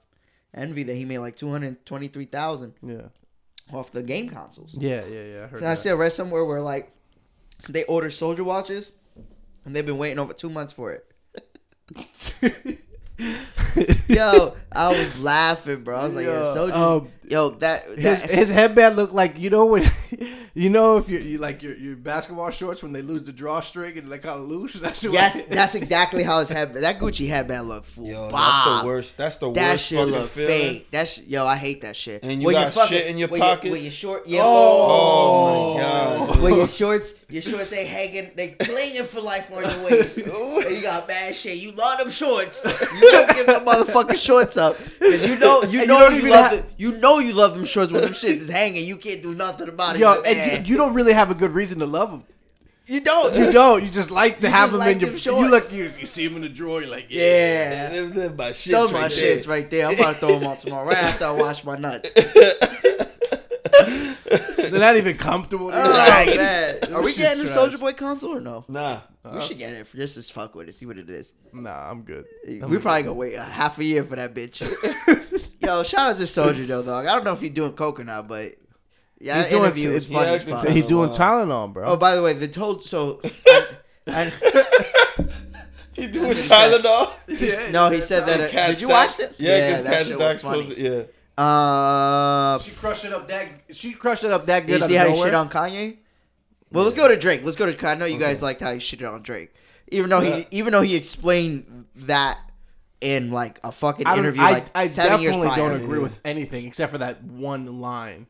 envy that he made like two hundred twenty-three thousand
Yeah,
off the game consoles.
yeah, yeah, yeah. I heard
So I
that.
see I read somewhere where like they order Soldier watches, and they've been waiting over two months for it.
[LAUGHS]
[LAUGHS] Yo, I was laughing, bro. I was like, yo,
Yo,
Soldier,
um,
yo, that
His,
that.
his headband looked like you know when [LAUGHS] you know if you, you like your, your basketball shorts when they lose the drawstring and like how loose [LAUGHS] that's what
Yes, that's exactly how his headband. That Gucci headband looked full.
Yo, that's
Bob.
the worst. That's the
That
worst
shit
fucking
look
feeling.
fake. That sh- yo, I hate that shit.
And you
When
got
your fucking-
shit in your
when
pockets?
when your short, yeah. oh.
Oh, my god. [LAUGHS]
when your shorts, your shorts they hanging, they clinging for life on your waist. and you got bad shit. You love them shorts. You don't give the motherfucking shorts up because you know you
And you
know
don't
you,
even
love
ha-
them, you know you love them shorts when them shits is hanging. You can't do nothing about it.
yo
You're like, "Eh."
and you, you don't really have a good reason to love him
You don't. [LAUGHS]
you don't you just like to
You
have
just
him
like
in your
them
you
shorts.
look you, you see him in the drawer you're like [LAUGHS] yeah,
yeah.
Them- them my shit's
Throw my
right there.
shits right there. I'm about to throw them out tomorrow, right after I wash my nuts.
they're not even comfortable They're
[LAUGHS] Oh,
like,
man. Are we
Shit's
getting a
trash.
Soldier Boy console or no?
Nah.
We should get it for just as fuck with it, see what it is.
nah I'm good
We probably gonna wait a half a year for that
[LAUGHS]
bitch. Yo, shout out to Soldier though, dog. I don't know if he's doing coke or not, but yeah,
He's
that
doing-
interview was
yeah,
funny
I
as
can
fuck.
tell.
he's doing
Wow.
Tylenol bro
Oh, by the way, the told
[LAUGHS]
so. I, I-
He doing Tylenol?
[LAUGHS]
[LAUGHS]
yeah,
no, he said that.
And
Uh,
Cat
did you watch
Stacks-
it?
Yeah, because
that
Cat
shit
Stacks
was funny.
posted. Yeah.
[LAUGHS] Uh,
she crushed it up that she crushed it up that
Did
good
you
out
see
of
how he
nowhere.
shit on Kanye? Well, let's go to Drake. Let's go to. I know you guys liked how he shitted on Drake, even though
Yeah.
he even though he explained that in like a fucking
I, don't-
interview
I,
like
I
seven years
definitely
prior.
don't agree with anything except for that one line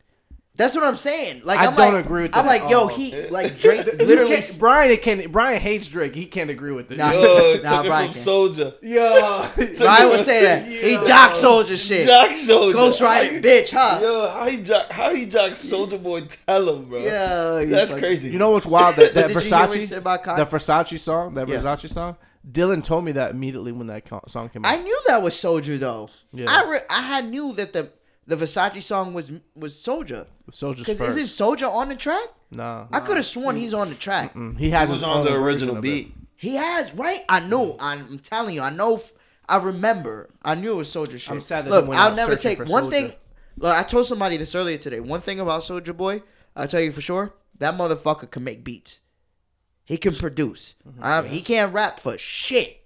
That's what I'm saying. Like
I
I'm
don't
like,
agree with
I'm
that
like, yo,
at all.
[LAUGHS]
he like Drake
You
literally.
can't- Brian it can Brian hates Drake. He can't agree with it.
Nah.
Yo,
Nah,
took it
Brian
from
can't.
Soldier. [LAUGHS]
Yo,
Brian would say that he
Yeah.
jock soldier shit,
Jock Soldier.
ghost
[LAUGHS]
riding bitch, [LAUGHS] huh?
Yo, how he jock? How he jock? Soldier Boy, tell him, bro.
Yeah, you
that's
fucking-
crazy.
you know what's
[LAUGHS]
wild? That,
But
that
did you hear what he
Versace,
said about Kanye?
that Versace song, that
Yeah.
Versace song. Dylan told me that immediately when that co- song came out.
I knew that was Soldier though.
Yeah.
I re- I had knew that the the Versace song was was Soldier
Soldier's
because
first.
isn't Soldier on the track?
nah,
I could have sworn he's on the track.
Mm, he has
He was
his
on
own
the
version
original
of it.
beat.
He has, right? I
Mm.
know. I'm telling you. I know. f- I remember. I knew it was Soldier shit.
I'm sad that
Look,
he went
I'll
out
never
searching
take
for
one
Soulja.
thing. Look, I told somebody this earlier today. One thing about Soldier Boy, I'll tell you for sure. That motherfucker can make beats. He can produce.
Mm-hmm.
um, He can't rap for shit,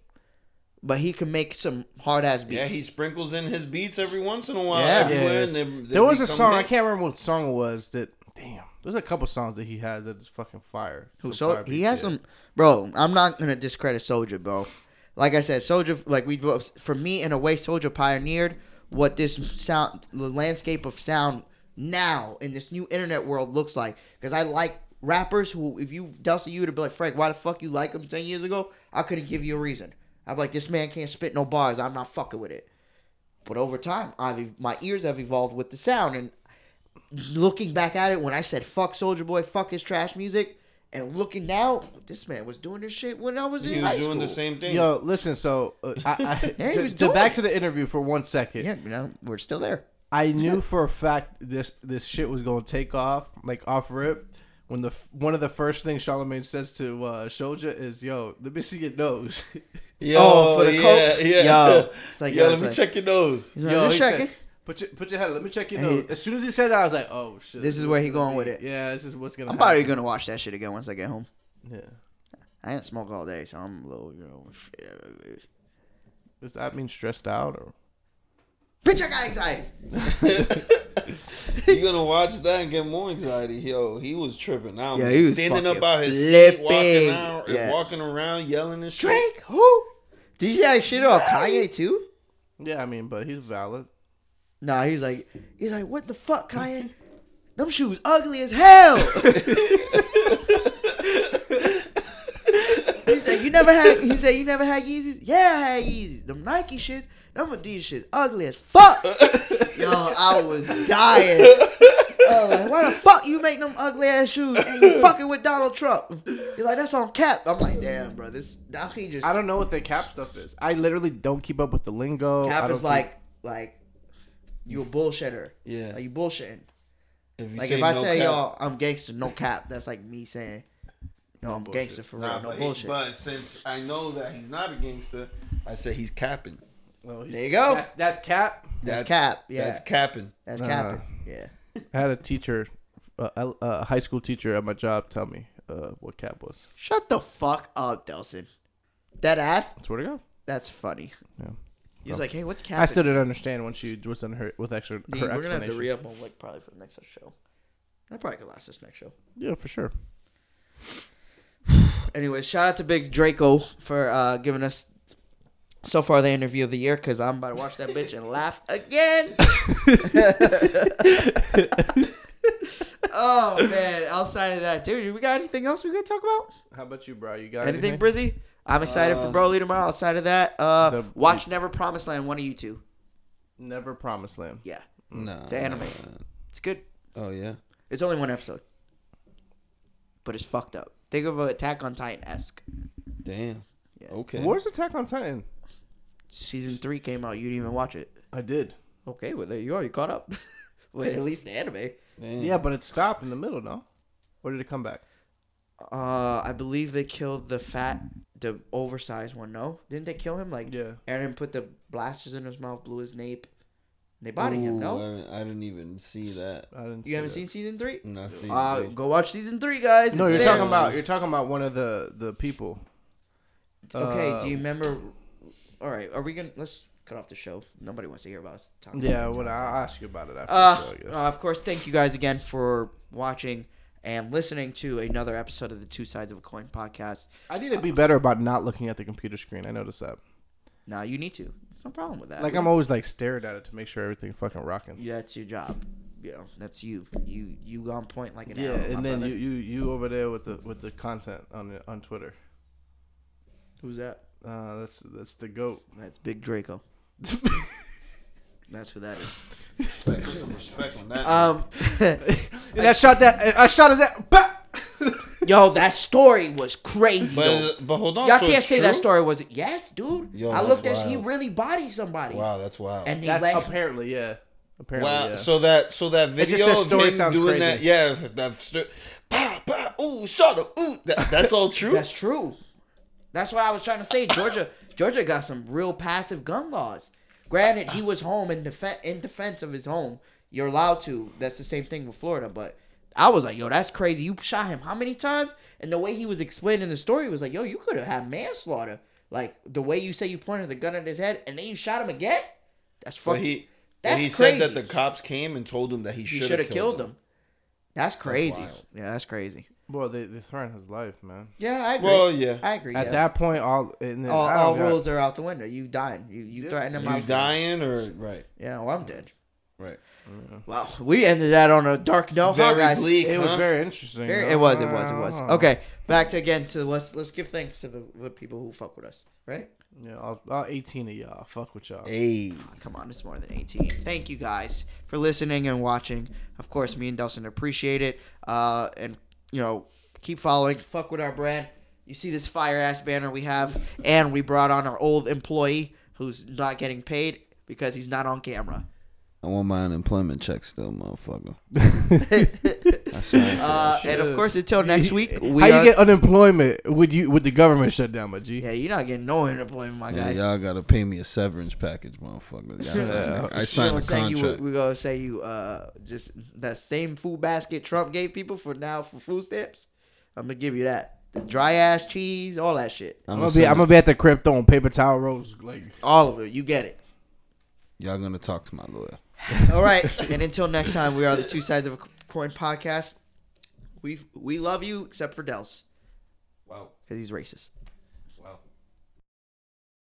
but he can make some hard ass beats.
Yeah, he sprinkles in his beats every once in a while.
Yeah.
everywhere,
Yeah.
and they, they
There was a
become
song I
hits.
can't remember what song it was. That damn, there's a couple songs that he has that is fucking fire.
Who
Some
so
fire
he
beats,
has
yeah.
some bro. I'm not gonna discredit Soldier, bro. Like I said, Soldier, like we both, for me in a way, Soldier pioneered what this sound, the landscape of sound now in this new internet world looks like. Because I like rappers who, if you Delta, you would be like, Frank, why the fuck you like him ten years ago? I couldn't give you a reason. I'm like, this man can't spit no bars. I'm not fucking with it. But over time, I've my ears have evolved with the sound, and looking back at it when I said fuck Soldier Boy, fuck his trash music, and looking now, this man was doing this shit when I was
He
in
was
high
doing
school.
the same thing.
Yo, listen. So, uh, I, I
[LAUGHS] Yeah, he
to-
was
to
doing
back
it.
to the interview for one second.
Yeah, you know, we're still there.
I knew for a fact this this shit was gonna take off, like off rip. When the f- one of the first things Charlemagne says to uh, Soldier is, "Yo, let me see your
[LAUGHS]
nose."
Yo,
Oh, for the
yeah,
coke?
yeah.
Yo, it's like-
Yo,
it's
let me
like-
check your nose.
[LAUGHS]
[LAUGHS]
He's like,
Yo,
just
he
checking.
said, put your put your head. Let me check your
Hey.
nose. As soon as he said that, I was like, "Oh shit!"
This is
what's
where he
gonna
going
be.
with it.
Yeah, this is what's gonna.
I'm
happen.
probably gonna watch that shit again once I get home.
Yeah.
I didn't smoke all day, so I'm a little, you know.
Does that mean stressed out or?
Bitch, I got anxiety.
You're gonna watch that and get more anxiety. Yo, he was tripping out.
Yeah,
man.
he was
standing up
fucking
out his seat, walking
flipping.
out,
Yeah.
walking around, yelling and shit.
Drake, who? Did you guys shit on Kanye too?
Yeah, I mean, but he's valid.
Nah, he was like, he's like, what the fuck, Kanye? Them shoes ugly as hell. he said, you never had. He said, you never had Yeezys. Yeah, I had Yeezys. Them Nike shits. Them Adidas shits ugly as fuck. Yo, I was dying. I was like, why the fuck you make them ugly ass shoes and you fucking with Donald Trump? You're like, that's on cap. I'm like, damn, bro, this now he just
I don't know what the cap stuff is. I literally don't keep up with the lingo. I
cap
don't
is like like you a bullshitter.
[LAUGHS] Yeah.
Like you bullshitting.
If you
Like
say
if I
no
say
cap-
y'all, I'm gangster, no cap. That's like me saying, yo, I'm gangster for real,
Nah,
no
but,
bullshit.
but since I know that he's not a gangster, I said he's capping.
Oh, he's-
There you go.
That's, that's cap.
that's, cap. Yeah,
That's
that's,
capping.
that's
Nah.
capping. Yeah.
I had a teacher, a, a, a high school teacher at my job, tell me uh, what cap was.
Shut the fuck up, Delson. That ass.
I swear to God,
That's funny.
Yeah.
He's like, hey, what's capping?
I still didn't understand when she was in her with extra
Dude, we're
her
gonna have to
explanation.
re up on like probably for the next show. That probably could last this next show.
yeah, for sure.
Anyway, shout out to Big Draco for uh, giving us so far the interview of the year because I'm about to watch that bitch and laugh again. oh man! Outside of that, dude, we got anything else we gonna talk about?
How about you, bro? You got
Anything, Brizzy? I'm excited for
Uh,
Broly tomorrow. Outside of that, uh,
the-
watch Never Promised Land. One of you two.
Never promised land.
Yeah,
Nah.
Mm. It's anime. it's good.
Oh yeah.
It's only one episode, but it's fucked up. Think of an Attack on Titan esque.
Damn.
Yeah.
Okay.
Where's Attack on Titan?
Season three came out. You didn't even watch it.
I did.
Okay, well there you are. You caught up. [LAUGHS] With at least the anime.
Damn.
Yeah, but it stopped in the middle, no? Or did it come back?
Uh, I believe they killed the fat, the oversized one. No, didn't they kill him? Like
Yeah.
Aaron put the blasters in his mouth, blew his nape. and They bodied him.
Ooh,
No,
I didn't, I didn't even see that.
I didn't.
you haven't
that.
seen season three.
Nothing.
Uh, go watch season three, guys.
No, you're
There.
talking about you're talking about one of the the people.
Okay,
uh,
do you remember? All right, are we gonna let's cut off the show? Nobody wants to hear about us talking.
Yeah,
about
when I'll ask you about it after.
Uh,
the show, I guess.
uh, of course, thank you guys again for watching and listening to another episode of the Two Sides of a Coin podcast.
I need to be better about not looking at the computer screen. I noticed that.
Now you need to. There's no problem with that.
Like I'm always like staring at it to make sure everything fucking rocking.
Yeah, that's your job. You know, that's you. You you on point like an
Yeah,
arrow. my
and then
brother.
you, you you over there with the with the content on on Twitter.
who's that?
Uh, that's that's the goat.
That's Big Draco. that's who that is.
Put some respect on
[LAUGHS]
that.
Um, [LAUGHS]
And I shot that. uh, I shot his that.
yo, that story was crazy. though.
but, but hold on.
Y'all
so
can't
it's
say that
true?
story was yes, dude.
Yo,
I
that's
looked at he
wild.
really bodied somebody,
Wow, that's wild.
and they
That's
let him-
apparently yeah. Apparently
Wow!
yeah.
So that so that
just-
video
that
of
story
him
sounds
doing that,
crazy.
yeah, that st- pow, pow, ooh, shot him, ooh, that, that's
[LAUGHS]
all true.
That's true. That's what I was trying to say. Georgia, Georgia got some real passive gun laws. Granted, he was home in defense in defense of his home. You're allowed to. That's the same thing with Florida. But I was like, yo, that's crazy. You shot him how many times? And the way he was explaining the story was like, yo, you could have had manslaughter. Like the way you say you pointed the gun at his head and then you shot him again. That's
but
fucking.
he
that's
but he
crazy.
said that the cops came and told him that he
he
should
should have killed, him. That's crazy.
wild.
yeah, that's crazy.
well, they they threatened his life, man.
Yeah, I agree.
Well, yeah,
I agree.
At
yeah.
that point, all and then,
all,
I
all
don't got-
rules are out the window. You dying. You you
Yes.
threaten him.
you
I'm
Yes.
dead.
dying or right?
Yeah, well, I'm dead.
Right.
Wow, we ended that on a dark note, huh,
Very
guys?
bleak.
It was
huh?
very interesting.
Very-
though.
it was, it was, it was.
Uh,
Okay, back to again. So let's let's give thanks to the, the people who fuck with us, right?
Yeah, I'll, I'll 18 of y'all. Fuck with y'all.
Hey.
Come on, it's more than 18. Thank you guys for listening and watching. Of course, me and Dustin appreciate it. Uh, and you know, keep following. Fuck with our brand. You see this fire ass banner we have, and we brought on our old employee who's not getting paid because he's not on camera.
I want my unemployment check still,
[LAUGHS]
motherfucker. I
Uh, and of course, until next week, we
How
are-
you get unemployment? Would you? Would the government shut down, my G?
yeah, you're not getting no unemployment, my guy.
y'all gotta pay me a severance package, motherfucker.
[LAUGHS]
Y'all signed- I
We're
signed a
gonna say you,
contract.
we're gonna say you uh just that same food basket Trump gave people for now for food stamps. I'm gonna give you that. The dry ass cheese, all that shit.
I'm gonna be. I'm gonna be at the crib throwing paper towel rolls. Like
All of it. You get it.
Y'all gonna talk to my lawyer.
All
[LAUGHS]
right. and until next time, we are the Two Sides of a Coin podcast. We we love you except for Dels
Wow.
because he's racist.